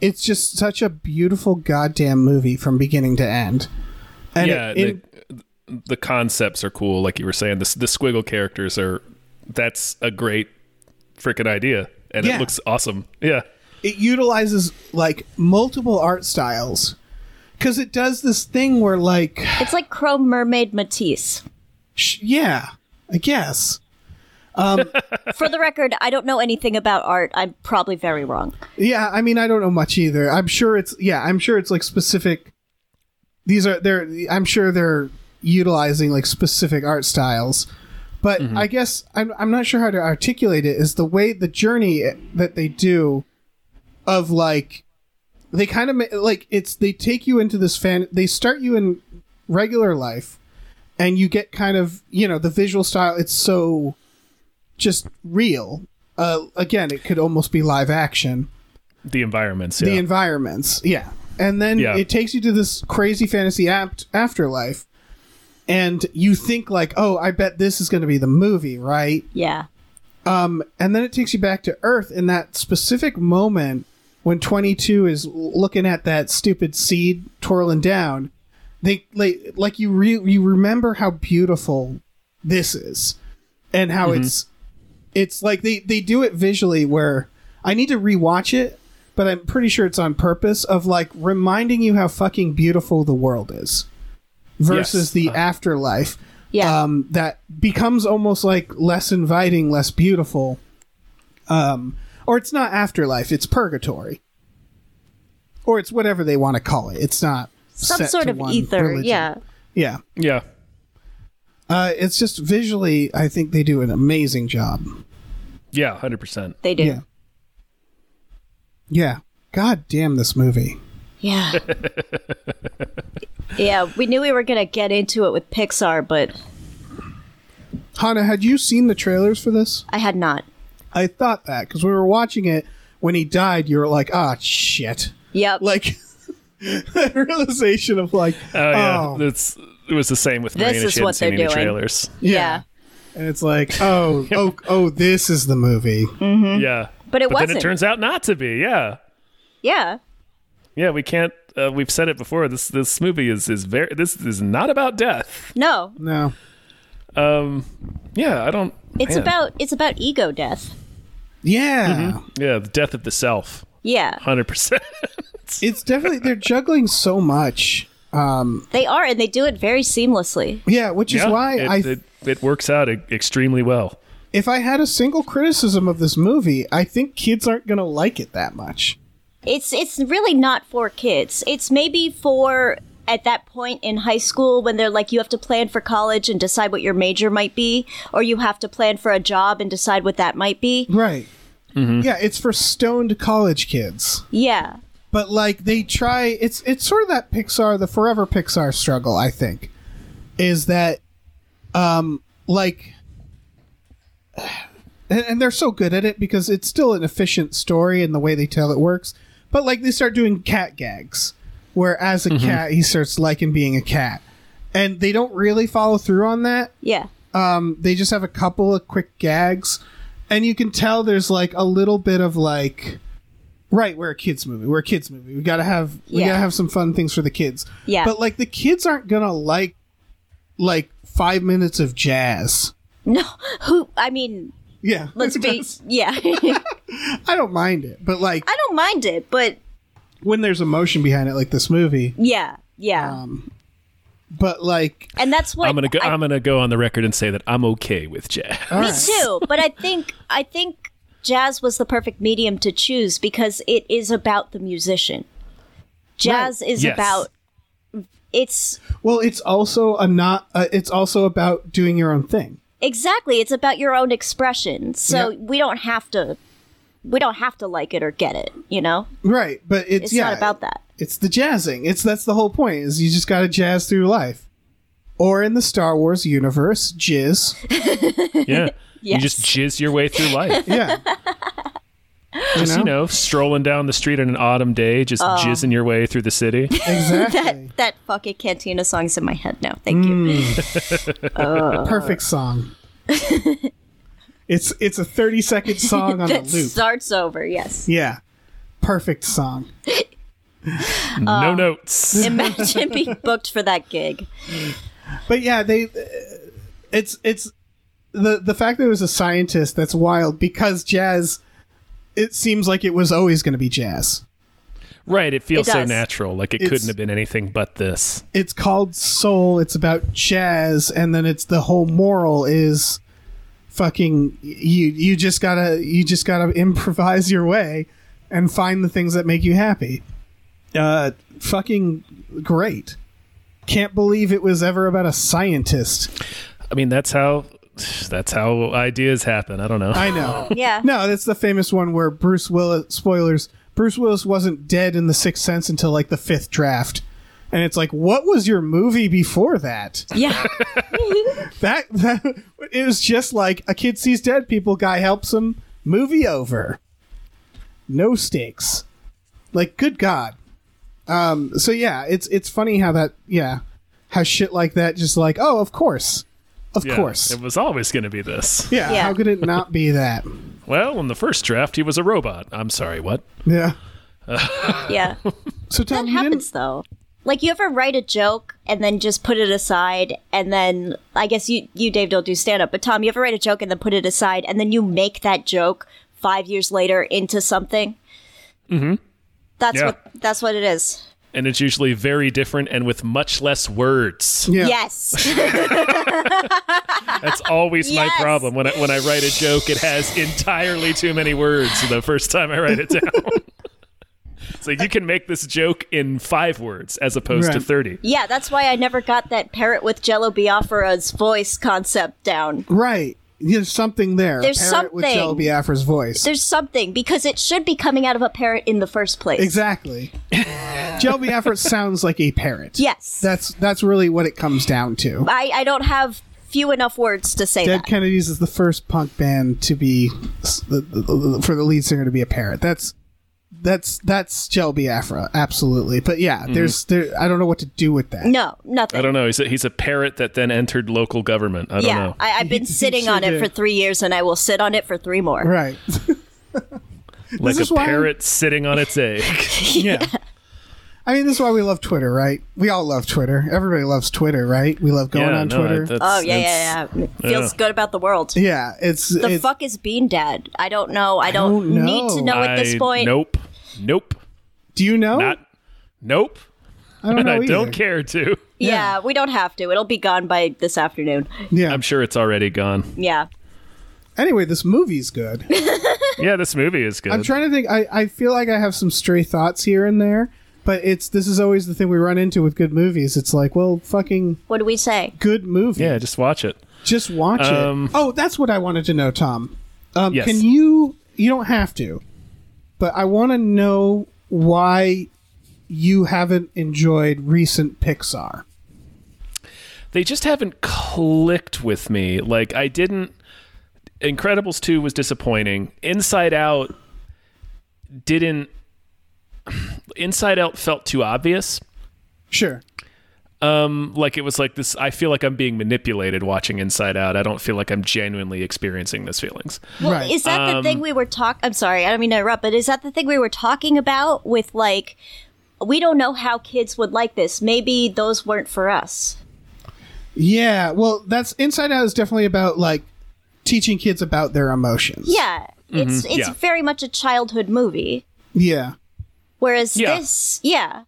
Speaker 2: it's just such a beautiful goddamn movie from beginning to end. And
Speaker 1: yeah.
Speaker 2: it- it-
Speaker 1: the, the concepts are cool, like you were saying. The s- the squiggle characters are that's a great freaking idea, and
Speaker 2: Yeah.
Speaker 1: it looks awesome. Yeah.
Speaker 2: it utilizes like multiple art styles because it does this thing where like
Speaker 3: It's like Chrome Mermaid Matisse.
Speaker 2: sh- yeah i guess
Speaker 3: For the record, I don't know anything about art. I'm probably very wrong.
Speaker 2: Yeah, I mean, I don't know much either. I'm sure it's yeah, I'm sure it's like specific. These are they're I'm sure they're utilizing like specific art styles, but I guess I'm I'm not sure how to articulate it. Is the way the journey that they do, of like, they kind of ma- like it's they take you into this fan. They start you in regular life, and you get kind of you know the visual style. It's so just real. Uh, again, it could almost be live action
Speaker 1: The environments.
Speaker 2: the
Speaker 1: yeah.
Speaker 2: environments. Yeah. And then
Speaker 1: Yeah.
Speaker 2: it takes you to this crazy fantasy apt afterlife. And you think like, oh, I bet this is going to be the movie, right?
Speaker 3: Yeah.
Speaker 2: And then it takes you back to Earth in that specific moment when 22 is l- looking at that stupid seed twirling down. They like, like you re- you remember how beautiful this is and how it's it's like they they do it visually where I need to rewatch it, but I'm pretty sure it's on purpose of like reminding you how fucking beautiful the world is versus
Speaker 1: Yes.
Speaker 2: the afterlife
Speaker 3: Yeah.
Speaker 2: um, that becomes almost like less inviting, less beautiful. Um, or it's not afterlife; it's purgatory, or it's whatever they want to call it. It's not
Speaker 3: Some
Speaker 2: set
Speaker 3: sort
Speaker 2: to
Speaker 3: of
Speaker 2: one
Speaker 3: ether.
Speaker 2: religion.
Speaker 3: Yeah.
Speaker 2: yeah.
Speaker 1: yeah.
Speaker 2: Uh, it's just visually, I think they do an amazing job.
Speaker 1: Yeah. Hundred percent.
Speaker 3: They do.
Speaker 2: Yeah. Yeah. God damn this movie.
Speaker 3: Yeah. yeah, we knew we were going to get into it with Pixar, but
Speaker 2: Hannah, had you seen the trailers for this?
Speaker 3: I had not.
Speaker 2: I thought that because we were watching it when he died. You were like, "Ah, shit!"
Speaker 3: Yep.
Speaker 2: Like that realization of like,
Speaker 1: Oh yeah.
Speaker 2: "Oh,
Speaker 1: That's it was the same with
Speaker 3: This
Speaker 1: Marina.
Speaker 3: is
Speaker 1: she hadn't
Speaker 3: what
Speaker 1: seen
Speaker 3: they're
Speaker 1: any
Speaker 3: doing.
Speaker 1: trailers.
Speaker 3: yeah.
Speaker 2: And it's like, oh, oh, oh, this is the movie.
Speaker 1: Mm-hmm.
Speaker 2: Mm-hmm.
Speaker 1: Yeah.
Speaker 3: But it
Speaker 1: but then
Speaker 3: wasn't.
Speaker 1: it turns out not to be. Yeah.
Speaker 3: Yeah.
Speaker 1: Yeah, we can't. Uh, we've said it before. This this movie is is very. This is not about death.
Speaker 3: No.
Speaker 2: No.
Speaker 1: Um, yeah, I don't.
Speaker 3: It's
Speaker 1: man.
Speaker 3: about it's about ego death.
Speaker 2: Yeah.
Speaker 1: yeah, the death of the self.
Speaker 3: Yeah.
Speaker 1: Hundred percent.
Speaker 2: It's definitely, they're juggling so much. Um,
Speaker 3: They are and they do it very seamlessly.
Speaker 2: yeah, which is
Speaker 1: Yeah,
Speaker 2: why
Speaker 1: it,
Speaker 2: I,
Speaker 1: it, it works out e- extremely well.
Speaker 2: if I had a single criticism of this movie, I think kids aren't going to like it that much.
Speaker 3: It's it's really not for kids. It's maybe for at that point in high school when they're like you have to plan for college and decide what your major might be or you have to plan for a job and decide what that might be.
Speaker 2: Right.
Speaker 1: Mm-hmm.
Speaker 2: Yeah, it's for stoned college kids.
Speaker 3: Yeah.
Speaker 2: But like they try it's it's sort of that Pixar the forever Pixar struggle, I think. Is that um like and, and they're so good at it because it's still an efficient story and the way they tell it works. But like they start doing cat gags where as a cat he starts liking being a cat. And they don't really follow through on that
Speaker 3: Yeah.
Speaker 2: they just have a couple of quick gags and you can tell there's like a little bit of like right we're a kids movie we're a kids movie we gotta have we
Speaker 3: Yeah.
Speaker 2: gotta have some fun things for the kids
Speaker 3: Yeah.
Speaker 2: but like the kids aren't gonna like like five minutes of jazz
Speaker 3: No. Who I mean,
Speaker 2: yeah
Speaker 3: let's be
Speaker 2: That's-
Speaker 3: yeah. I
Speaker 2: i don't mind it but like
Speaker 3: don't mind it, but
Speaker 2: when there's emotion behind it like this movie
Speaker 3: Yeah, yeah,
Speaker 2: Um, but like
Speaker 3: and that's what
Speaker 1: I'm gonna go.
Speaker 3: I-
Speaker 1: I, am gonna go on the record and say that I'm okay with jazz.
Speaker 2: all
Speaker 3: me
Speaker 2: right.
Speaker 3: too, but I think I think jazz was the perfect medium to choose because it is about the musician. Jazz is
Speaker 1: Yes.
Speaker 3: about it's
Speaker 2: well it's also a not uh, it's also about doing your own thing
Speaker 3: exactly it's about your own expression. So
Speaker 2: Yeah.
Speaker 3: we don't have to we don't have to like it or get it. You know,
Speaker 2: right but it's,
Speaker 3: it's
Speaker 2: yeah
Speaker 3: not about that.
Speaker 2: It's the jazzing. It's that's the whole point. Is you just got to jazz through life, or in the Star Wars universe, jizz.
Speaker 1: Yeah, you
Speaker 3: Yes.
Speaker 1: just jizz your way through life.
Speaker 2: Yeah,
Speaker 1: just you know, strolling down the street on an autumn day, just
Speaker 3: Uh.
Speaker 1: jizzing your way through the city.
Speaker 2: exactly.
Speaker 3: That that fucking cantina song's in my head now. Thank you.
Speaker 2: Mm, Perfect song. it's it's a thirty second song on a
Speaker 3: That
Speaker 2: loop.
Speaker 3: starts over. Yes.
Speaker 2: yeah, perfect song.
Speaker 3: Uh.
Speaker 1: no notes.
Speaker 3: Imagine being booked for that gig.
Speaker 2: But yeah, they. It's it's the the fact that it was a scientist that's wild because jazz. It seems like it was always going to be jazz.
Speaker 1: Right. It feels
Speaker 3: It
Speaker 1: so
Speaker 3: does.
Speaker 1: natural. Like it
Speaker 2: It's-
Speaker 1: couldn't have been anything but this.
Speaker 2: it's called soul it's about jazz and then it's the whole moral is fucking you you just gotta you just gotta improvise your way and find the things that make you happy. Uh, fucking great. Can't believe it was ever about a scientist.
Speaker 1: I mean, that's how that's how ideas happen. I don't know.
Speaker 2: I know.
Speaker 3: Yeah.
Speaker 2: No, that's the famous one where Bruce Willis spoilers. Bruce Willis wasn't dead in the Sixth Sense until like the fifth draft, and it's like, what was your movie before that?
Speaker 3: Yeah.
Speaker 2: That, that it was just like a kid sees dead people, guy helps him, movie over. No stakes. Like, good God. Um, so yeah, it's it's funny how that yeah, how shit like that just like oh of course, of
Speaker 1: Yeah,
Speaker 2: course.
Speaker 1: It was always going to be this.
Speaker 2: Yeah,
Speaker 3: Yeah.
Speaker 2: how could it not be that?
Speaker 1: Well, in the first draft, he was a robot. I'm sorry, what?
Speaker 2: Yeah.
Speaker 3: yeah.
Speaker 2: So Tom, you
Speaker 3: That
Speaker 2: didn't-
Speaker 3: happens though. Like you ever write a joke and then just put it aside and then I guess you you Dave don't do stand up, but Tom, you ever write a joke and then put it aside and then you make that joke 5 years later into something? Mhm.
Speaker 2: Mm-hmm.
Speaker 3: That's
Speaker 1: Yeah.
Speaker 3: what that's what it is.
Speaker 1: And it's usually very different and with much less words.
Speaker 2: Yeah.
Speaker 3: Yes.
Speaker 1: That's always
Speaker 3: Yes.
Speaker 1: my problem when I, when I write a joke. It has entirely too many words the first time I write it down. it's like you can make this joke in five words as opposed to
Speaker 2: Right.
Speaker 1: thirty.
Speaker 3: yeah, that's why I never got that parrot with Jello Biafra's voice concept down.
Speaker 2: Right. There's something there.
Speaker 3: There's
Speaker 2: a parrot with Jello
Speaker 3: something.
Speaker 2: Biafra's voice.
Speaker 3: There's something because it should be coming out of a parrot in the first place.
Speaker 2: exactly. Jello Biafra sounds like a parrot.
Speaker 3: Yes.
Speaker 2: That's that's really what it comes down to.
Speaker 3: I I don't have few enough words to say
Speaker 2: Dead
Speaker 3: that.
Speaker 2: Kennedys is the first punk band to be s- the- the- the- for the lead singer to be a parrot. That's that's that's Jello Biafra, absolutely. But yeah,
Speaker 1: Mm-hmm.
Speaker 2: there's there. I don't know what to do with that.
Speaker 3: No, nothing.
Speaker 1: I don't know. He's a, he's a parrot that then entered local government. I don't
Speaker 3: yeah,
Speaker 1: know.
Speaker 3: I, I've been
Speaker 2: He- he
Speaker 3: sitting
Speaker 2: sure
Speaker 3: on it
Speaker 2: did.
Speaker 3: for three years, and I will sit on it for three more.
Speaker 2: Right.
Speaker 1: like a
Speaker 2: is why-
Speaker 1: parrot sitting on its egg.
Speaker 2: yeah. I mean, this is why we love Twitter, right? We all love Twitter. Everybody loves Twitter, right? We love going on
Speaker 1: no,
Speaker 2: Twitter.
Speaker 1: I- that's-
Speaker 3: Oh yeah,
Speaker 1: that's-
Speaker 3: yeah, yeah. Feels
Speaker 1: yeah.
Speaker 3: good about the world.
Speaker 2: yeah, it's
Speaker 3: The
Speaker 2: it's,
Speaker 3: fuck is Bean Dad? I don't know. I don't,
Speaker 2: don't
Speaker 3: need to
Speaker 2: know.
Speaker 3: know at this
Speaker 1: I-
Speaker 3: point.
Speaker 1: Nope. Nope.
Speaker 2: Do you know?
Speaker 1: Not. Nope.
Speaker 2: Oh. I don't
Speaker 1: And
Speaker 2: know.
Speaker 1: I
Speaker 2: either.
Speaker 1: don't care to.
Speaker 3: Yeah, we don't have to. It'll be gone by this afternoon.
Speaker 2: Yeah.
Speaker 1: I'm sure it's already gone.
Speaker 3: Yeah.
Speaker 2: anyway, this movie's good.
Speaker 1: Yeah, this movie is good.
Speaker 2: I'm trying to think. I, I feel like I have some stray thoughts here and there, but it's this is always the thing we run into with good movies. It's like, well, fucking
Speaker 3: What do we say?
Speaker 2: good movie.
Speaker 1: yeah, just watch it.
Speaker 2: Just watch
Speaker 1: Um,
Speaker 2: it. Oh, that's what I wanted to know, Tom. Um,
Speaker 1: Yes.
Speaker 2: Can you? You don't have to, but I want to know why you haven't enjoyed recent Pixar.
Speaker 1: they just haven't clicked with me. Like I didn't Incredibles 2 was disappointing. Inside Out didn't Inside Out felt too obvious.
Speaker 2: Sure.
Speaker 1: Um like it was like this I feel like I'm being manipulated watching Inside Out. I don't feel like I'm genuinely experiencing those feelings.
Speaker 3: Well,
Speaker 2: Right.
Speaker 3: is that the
Speaker 1: Um,
Speaker 3: thing we were talk? I'm sorry, I don't mean to interrupt, but is that the thing we were talking about with like, we don't know how kids would like this. Maybe those weren't for us.
Speaker 2: Yeah. Well, that's Inside Out is definitely about like teaching kids about their emotions.
Speaker 3: Yeah, it's it's
Speaker 1: Mm-hmm. Yeah.
Speaker 3: very much a childhood movie.
Speaker 2: Yeah.
Speaker 3: Whereas
Speaker 1: Yeah.
Speaker 3: this, yeah,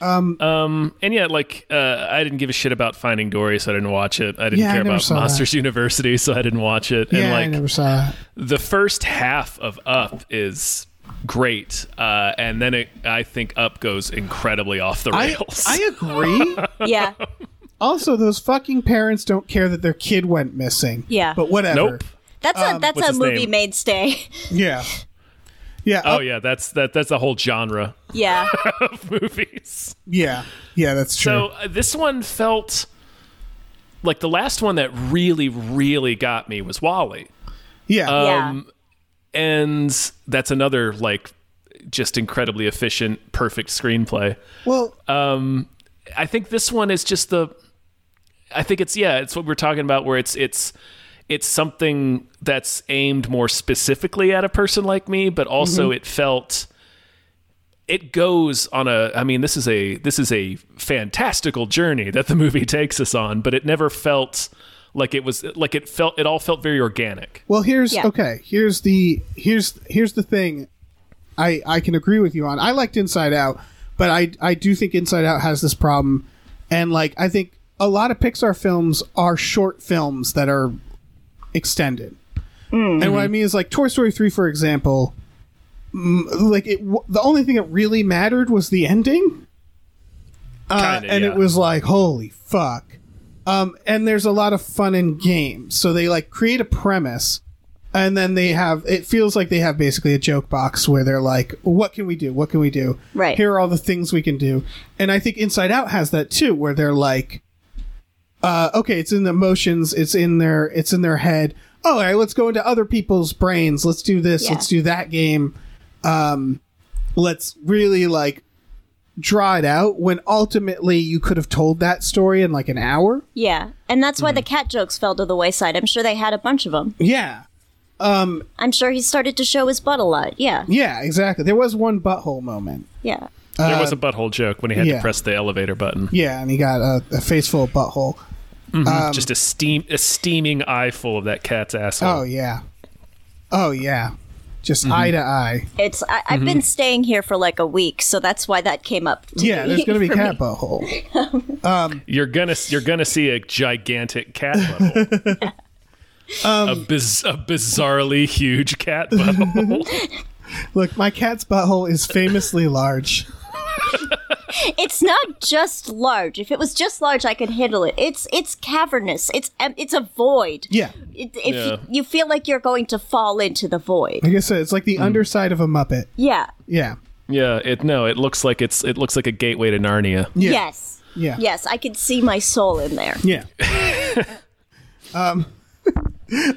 Speaker 1: Um and yeah, like uh I didn't give a shit about Finding Dory, so I didn't watch it. I didn't
Speaker 2: Yeah, I
Speaker 1: care
Speaker 2: never
Speaker 1: about
Speaker 2: saw that.
Speaker 1: Monsters University, so I didn't watch it.
Speaker 2: Yeah.
Speaker 1: and like
Speaker 2: I never saw that.
Speaker 1: the first half of Up is great, uh, and then it, I think Up goes incredibly off the
Speaker 2: I,
Speaker 1: rails.
Speaker 2: I agree.
Speaker 3: yeah,
Speaker 2: also, those fucking parents don't care that their kid went missing.
Speaker 3: Yeah.
Speaker 2: But whatever.
Speaker 1: nope.
Speaker 3: that's
Speaker 2: Um,
Speaker 3: a that's
Speaker 1: what's
Speaker 3: a
Speaker 1: his
Speaker 3: movie
Speaker 1: name?
Speaker 3: mainstay.
Speaker 2: Yeah. Yeah.
Speaker 1: Oh
Speaker 2: uh,
Speaker 1: yeah, that's that. That's a whole genre
Speaker 3: yeah,
Speaker 1: of movies.
Speaker 2: yeah. Yeah, that's true.
Speaker 1: So uh, this one felt like the last one that really, really got me was Wally,
Speaker 2: yeah.
Speaker 3: yeah,
Speaker 2: Um,
Speaker 1: and that's another like just incredibly efficient, perfect screenplay.
Speaker 2: well,
Speaker 1: I think this one is just the I think it's yeah, it's what we're talking about where it's it's it's something that's aimed more specifically at a person like me, but also
Speaker 2: Mm-hmm.
Speaker 1: it felt it goes on a I mean this is a this is a fantastical journey that the movie takes us on, but it never felt like it was like it felt it all felt very organic.
Speaker 2: well, here's
Speaker 3: Yeah.
Speaker 2: okay. Here's the here's here's the thing I I can agree with you on. I liked Inside Out, but I I do think Inside Out has this problem and like I think a lot of Pixar films are short films that are extended. And what I mean is like Toy Story 3 for example, m- like it w- the only thing that really mattered was the ending. Uh,
Speaker 1: Kinda,
Speaker 2: and
Speaker 1: yeah.
Speaker 2: it was like holy fuck. Um and there's a lot of fun in games. So they like create a premise and then they have it feels like they have basically a joke box where they're like what can we do? What can we do?
Speaker 3: Right.
Speaker 2: Here are all the things we can do. And I think Inside Out has that too where they're like uh, okay, it's in the emotions, it's in their it's in their head. All right, let's go into other people's brains. Let's do this,
Speaker 3: Yeah.
Speaker 2: let's do that game. Um let's really like draw it out when ultimately you could have told that story in like an hour.
Speaker 3: Yeah, and that's
Speaker 2: hmm.
Speaker 3: why the cat jokes fell to the wayside. I'm sure they had a bunch of them.
Speaker 2: Yeah.
Speaker 3: I'm sure he started to show his butt a lot. Yeah,
Speaker 2: Yeah, exactly. There was one butthole moment.
Speaker 3: yeah.
Speaker 1: there was a butthole joke when he had
Speaker 2: uh, yeah.
Speaker 1: to press the elevator button.
Speaker 2: Yeah, and he got a, a face full of butthole. Um,
Speaker 1: Just a steam, a steaming eye full of that cat's asshole.
Speaker 2: Oh yeah. Oh yeah. Just eye to eye.
Speaker 3: It's I, I've
Speaker 2: Mm-hmm.
Speaker 3: been staying here for like a week, so that's why that came up. To
Speaker 2: Yeah,
Speaker 3: me
Speaker 2: there's gonna be
Speaker 3: for
Speaker 2: cat
Speaker 3: me.
Speaker 2: butthole.
Speaker 1: You're gonna you're gonna see a gigantic cat butthole.
Speaker 2: Um,
Speaker 1: a, biz- a bizarrely huge cat butthole.
Speaker 2: Look, my cat's butthole is famously large.
Speaker 3: It's not just large. If it was just large, I could handle it. It's it's cavernous. It's em- it's a void.
Speaker 2: Yeah.
Speaker 3: It, if
Speaker 1: Yeah.
Speaker 3: you, you feel like you're going to fall into the void.
Speaker 2: Like I said, it's like the underside of a Muppet.
Speaker 3: Yeah.
Speaker 2: Yeah.
Speaker 1: yeah, it no, it looks like it's it looks like a gateway to Narnia.
Speaker 2: Yeah.
Speaker 3: Yes.
Speaker 2: Yeah.
Speaker 3: Yes, I could see my soul in there.
Speaker 2: Yeah. um,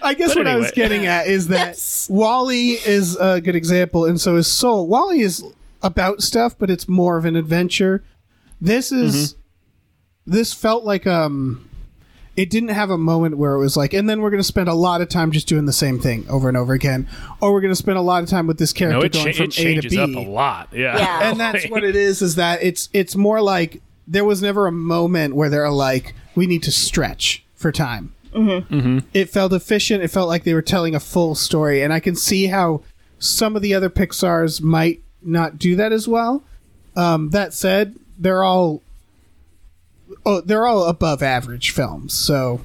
Speaker 2: I guess
Speaker 1: But
Speaker 2: what I was
Speaker 1: anyway.
Speaker 2: getting at is that
Speaker 3: Yes.
Speaker 2: Wally is a good example, and so is Soul. Wally is about stuff, but it's more of an adventure. This is
Speaker 1: Mm-hmm.
Speaker 2: this felt like um, it didn't have a moment where it was like, and then we're going to spend a lot of time just doing the same thing over and over again, or we're going to spend a lot of time with this character
Speaker 1: No, it,
Speaker 2: going
Speaker 1: cha-
Speaker 2: from
Speaker 1: it
Speaker 2: A to
Speaker 1: changes
Speaker 2: B.
Speaker 1: up a lot. Yeah,
Speaker 3: Yeah.
Speaker 2: and that's what it is is that it's it's more like there was never a moment where they're like we need to stretch for time mm-hmm. Mm-hmm. it felt efficient it felt like they were telling a full story and i can see how some of the other pixars might not do that as well um, that said they're all oh they're all above average films so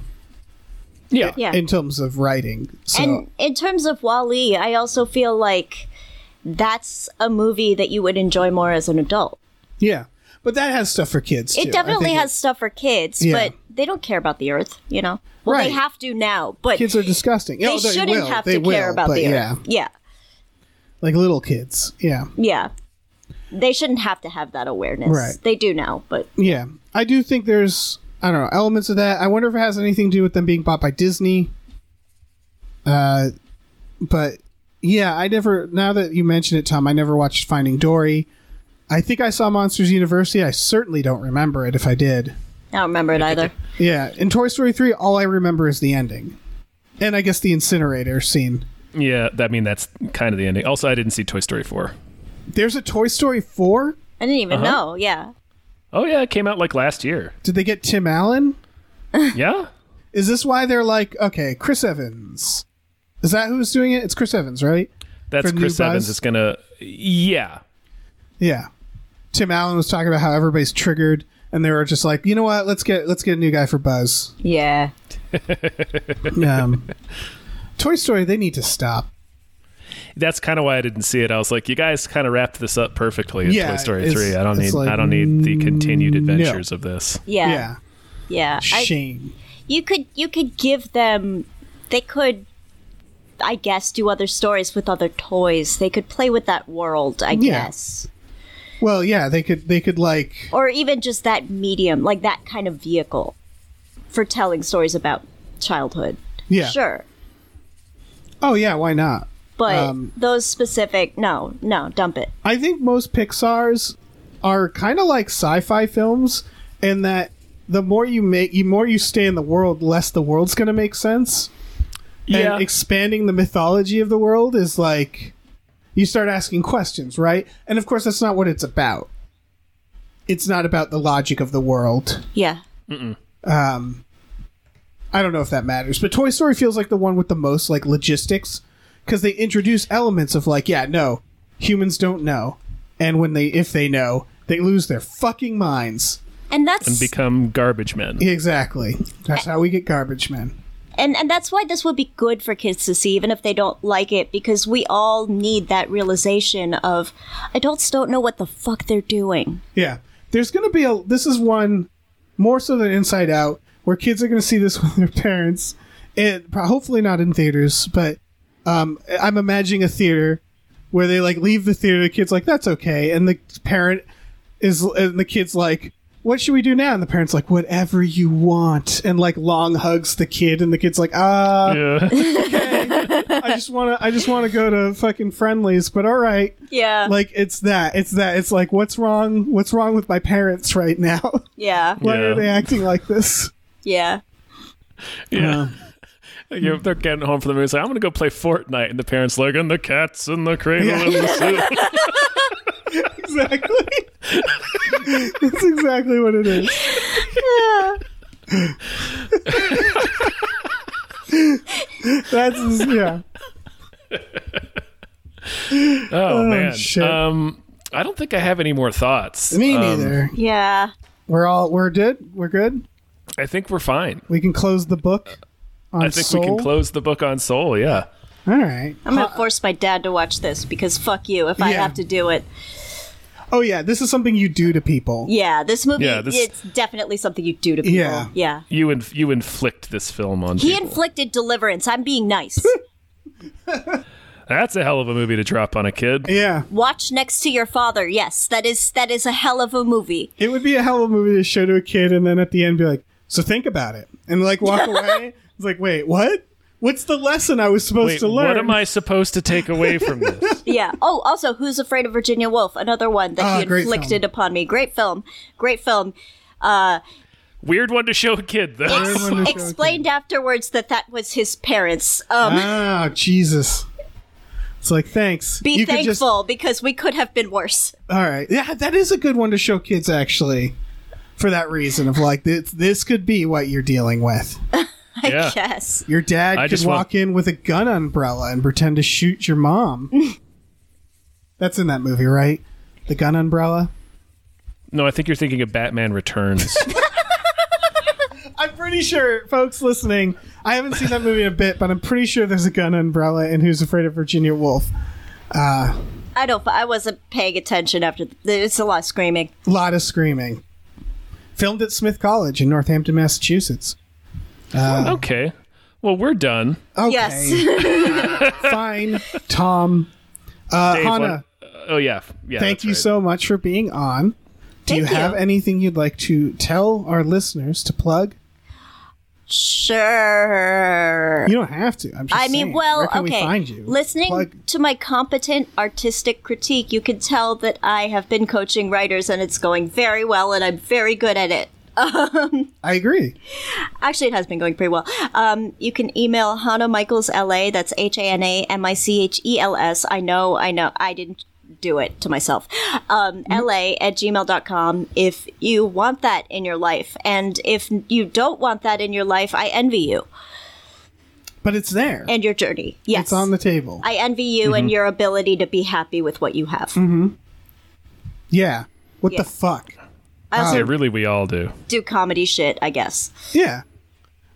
Speaker 1: yeah.
Speaker 3: Yeah.
Speaker 2: in terms of writing so
Speaker 3: And in terms of Wally, I also feel like that's a movie that you would enjoy more as an adult.
Speaker 2: yeah but that has stuff for kids too.
Speaker 3: It
Speaker 2: I
Speaker 3: definitely
Speaker 2: think
Speaker 3: has stuff for kids,
Speaker 2: Yeah.
Speaker 3: but they don't care about the earth, you know? Well, they
Speaker 2: Right.
Speaker 3: have to now, but
Speaker 2: kids are disgusting
Speaker 3: they
Speaker 2: Oh,
Speaker 3: shouldn't
Speaker 2: will.
Speaker 3: have
Speaker 2: They
Speaker 3: to care
Speaker 2: will,
Speaker 3: about
Speaker 2: but
Speaker 3: the earth.
Speaker 2: yeah
Speaker 3: Yeah.
Speaker 2: like little kids yeah
Speaker 3: Yeah. They shouldn't have to have that awareness.
Speaker 2: Right.
Speaker 3: They do now, but
Speaker 2: Yeah, I do think there's I don't know elements of that. I wonder if it has anything to do with them being bought by Disney. Uh, but yeah, I never. Now that you mention it, Tom, I never watched Finding Dory. I think I saw Monsters University. I certainly don't remember it if I did.
Speaker 3: I don't remember it either.
Speaker 2: Yeah, in Toy Story three, all I remember is the ending, and I guess the incinerator scene.
Speaker 1: Yeah, that I mean that's kind of the ending. Also, I didn't see Toy Story four.
Speaker 2: There's a Toy Story four.
Speaker 3: I didn't even know. Yeah.
Speaker 1: Oh yeah, it came out like last year.
Speaker 2: Did they get Tim Allen?
Speaker 1: Yeah,
Speaker 2: Is this why they're like okay, Chris Evans? Is that who's doing it? It's Chris Evans, right?
Speaker 1: that's
Speaker 2: For new
Speaker 1: Chris Evans
Speaker 2: buys?
Speaker 1: is gonna. Yeah,
Speaker 2: Yeah. Tim Allen was talking about how everybody's triggered and they were just like, you know what, let's get let's get a new guy for Buzz.
Speaker 3: Yeah.
Speaker 2: Um, Toy Story, they need to stop.
Speaker 1: that's kind of why I didn't see it. I was like, you guys kind of wrapped this up perfectly in
Speaker 2: Yeah,
Speaker 1: Toy Story
Speaker 2: it's-
Speaker 1: three. I don't
Speaker 2: it's
Speaker 1: need
Speaker 2: like,
Speaker 1: I don't need the continued adventures of this.
Speaker 3: Yeah. Yeah.
Speaker 2: Yeah.
Speaker 3: I-
Speaker 2: Shame.
Speaker 3: you could you could give them they could i guess do other stories with other toys they could play with that world i
Speaker 2: Yeah.
Speaker 3: guess
Speaker 2: Well, yeah, they could they could like
Speaker 3: or even just that medium like that kind of vehicle for telling stories about childhood
Speaker 2: yeah.
Speaker 3: sure
Speaker 2: Oh yeah, why not?
Speaker 3: but
Speaker 2: Um,
Speaker 3: those specific no no dump it
Speaker 2: I think most Pixar's are kind of like sci-fi films in that the more you make, the more you stay in the world, less the world's going to make sense.
Speaker 1: Yeah.
Speaker 2: And expanding the mythology of the world is like you start asking questions, right? And of course, that's not what it's about. It's not about the logic of the world.
Speaker 3: yeah
Speaker 2: I don't know if that matters, but Toy Story feels like the one with the most like logistics because they introduce elements of like, yeah, no, humans don't know, and when they if they know, they lose their fucking minds.
Speaker 3: and that's
Speaker 1: Become garbage men.
Speaker 2: Exactly. That's how we get garbage men.
Speaker 3: and and that's why this would be good for kids to see even if they don't like it because we all need that realization of adults don't know what the fuck they're doing
Speaker 2: Yeah. There's going to be a. This is one more so than Inside Out where kids are going to see this with their parents. It pro- hopefully not in theaters, but um, I'm imagining a theater where they like leave the theater. The kid's like, "That's okay," and the parent is and the kid's like, "What should we do now?" And the parent's like, "Whatever you want," and like long hugs the kid, and the kid's like, "Ah,
Speaker 1: Yeah.
Speaker 2: I just want to, I just want to go to fucking friendlies." But all right,
Speaker 3: yeah
Speaker 2: like it's that, it's that, it's like, what's wrong? What's wrong with my parents right now?
Speaker 3: yeah
Speaker 2: Why
Speaker 1: Yeah.
Speaker 2: are they acting like this?
Speaker 3: yeah
Speaker 1: yeah. You're, they're getting home from the movie. It's like, I'm going to go play Fortnite. And the parents like, and the cat's in the cradle
Speaker 2: Yeah.
Speaker 1: in the soup.
Speaker 2: Exactly. That's exactly what it is. That's yeah.
Speaker 1: Oh, man.
Speaker 2: shit.
Speaker 1: Um, I don't think I have any more thoughts.
Speaker 2: Me
Speaker 1: Um,
Speaker 2: neither.
Speaker 3: yeah
Speaker 2: We're all we're good. We're good.
Speaker 1: I think we're fine.
Speaker 2: We can close the book. On
Speaker 1: I think we can
Speaker 2: Soul?
Speaker 1: close the book on Soul. Yeah.
Speaker 2: All right.
Speaker 3: i'm gonna force my dad to watch this because fuck you if i
Speaker 2: Yeah.
Speaker 3: have to do it
Speaker 2: Oh yeah, this is something you do to people.
Speaker 3: yeah this movie
Speaker 1: Yeah, this-
Speaker 3: it's definitely something you do to people
Speaker 2: Yeah.
Speaker 3: yeah
Speaker 1: You inf- you inflict this film on
Speaker 3: he
Speaker 1: people.
Speaker 3: inflicted deliverance i'm being nice
Speaker 1: That's a hell of a movie to drop on a kid.
Speaker 2: Yeah.
Speaker 3: watch next to your father yes that is that is a hell of a movie
Speaker 2: It would be a hell of a movie to show to a kid and then at the end be like, so think about it. And like walk away. It's like, wait, what? What's the lesson I was supposed
Speaker 1: Wait,
Speaker 2: to learn?
Speaker 1: what am I supposed to take away from this?
Speaker 3: Yeah. Oh, also, Who's Afraid of Virginia Woolf? Another one that
Speaker 2: Ah,
Speaker 3: he
Speaker 2: great
Speaker 3: inflicted
Speaker 2: film.
Speaker 3: upon me. Great film. Great film. Uh,
Speaker 1: Weird one to show a kid,
Speaker 3: Oh
Speaker 1: though.
Speaker 2: Weird one to show a
Speaker 3: explained afterwards that that was his parents. Um,
Speaker 2: Oh, Jesus. It's like, thanks.
Speaker 3: be
Speaker 2: You could just-
Speaker 3: thankful because we could have been worse.
Speaker 2: all right. Yeah, that is a good one to show kids, actually, for that reason of like, this, this could be what you're dealing with.
Speaker 3: I
Speaker 1: Yeah.
Speaker 3: guess.
Speaker 2: Your dad
Speaker 1: I
Speaker 2: could
Speaker 1: just
Speaker 2: walk
Speaker 1: want-
Speaker 2: in with a gun umbrella and pretend to shoot your mom. That's in that movie, right? The gun umbrella?
Speaker 1: No, I think you're thinking of Batman Returns.
Speaker 2: I'm pretty sure, folks listening, I haven't seen that movie in a bit, but I'm pretty sure there's a gun umbrella in Who's Afraid of Virginia Woolf.
Speaker 3: I don't. I wasn't paying attention after. th- It's a lot of screaming.
Speaker 2: A lot of screaming. Filmed at Smith College in Northampton, Massachusetts. Uh.
Speaker 1: okay. Well, we're done.
Speaker 2: Okay.
Speaker 3: Yes.
Speaker 2: Fine, Tom. Uh,
Speaker 1: Dave,
Speaker 2: Hannah,
Speaker 1: what- oh yeah, yeah.
Speaker 2: thank
Speaker 1: that's
Speaker 2: you
Speaker 1: right.
Speaker 2: so much for being on. Do you
Speaker 3: Thank
Speaker 2: have
Speaker 3: you.
Speaker 2: anything you'd like to tell our listeners to plug?
Speaker 3: sure.
Speaker 2: You don't have to. I'm just
Speaker 3: I mean,
Speaker 2: saying.
Speaker 3: well,
Speaker 2: Where can
Speaker 3: okay.
Speaker 2: we find you?
Speaker 3: Listening
Speaker 2: Plug-
Speaker 3: to my competent artistic critique, you can tell that I have been coaching writers and it's going very well, and I'm very good at it.
Speaker 2: I agree.
Speaker 3: Actually, it has been going pretty well. Um, you can email Hannah Michaels LA. That's H A N A M I C H E L S. I know, I know, I didn't do it to myself. Um,
Speaker 2: Mm-hmm.
Speaker 3: LA at gmail.com if you want that in your life. And if you don't want that in your life, I envy you
Speaker 2: But it's there.
Speaker 3: and your journey. Yes.
Speaker 2: It's on the Mm-hmm. table.
Speaker 3: I envy you and your ability to be happy with what you have.
Speaker 2: Mm-hmm. yeah. What
Speaker 3: Yeah.
Speaker 2: the fuck?
Speaker 3: I also
Speaker 1: Yeah, really, we all do.
Speaker 3: do comedy shit, I guess.
Speaker 2: Yeah.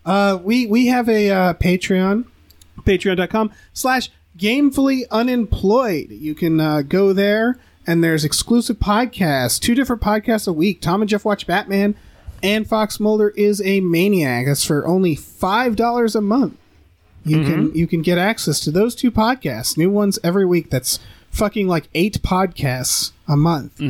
Speaker 2: Uh, we we have a uh, Patreon, patreon.com slash gamefully unemployed. You can uh, go there and there's exclusive podcasts, two different podcasts a week. Tom and Jeff watch Batman and Fox Mulder is a maniac. That's for only five dollars a month. You can you can get access to those two podcasts, new ones every week. That's fucking like eight podcasts a month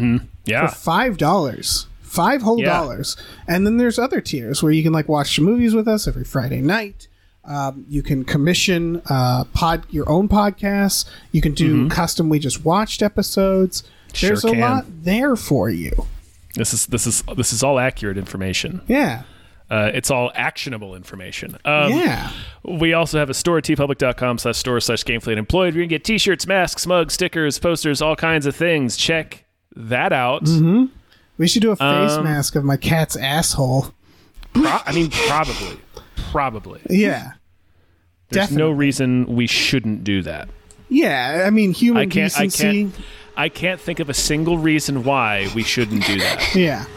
Speaker 1: Yeah,
Speaker 2: for five dollars five whole
Speaker 1: Ah. Yeah.
Speaker 2: dollars and then there's other tiers where you can like watch movies with us every friday night um, you can commission uh, pod your own podcasts you can do custom we just watched episodes
Speaker 1: Mm-hmm. Sure
Speaker 2: there's a
Speaker 1: can.
Speaker 2: lot there for you
Speaker 1: this is this is this is all accurate information.
Speaker 2: yeah
Speaker 1: Uh, it's all actionable information. Um,
Speaker 2: yeah
Speaker 1: We also have a store, tpublic.com slash store slash gamefully unemployed. You can get t-shirts, masks, mugs, stickers, posters, all kinds of things. Check that out.
Speaker 2: Mm-hmm. we should do a face
Speaker 1: um,
Speaker 2: mask of my cat's asshole
Speaker 1: Pro- I mean, probably, probably.
Speaker 2: yeah
Speaker 1: There's no
Speaker 2: Definitely.
Speaker 1: reason we shouldn't do that.
Speaker 2: yeah i mean human
Speaker 1: I can't. I
Speaker 2: decency
Speaker 1: can't. I can't think of a single reason why we shouldn't do that.
Speaker 2: yeah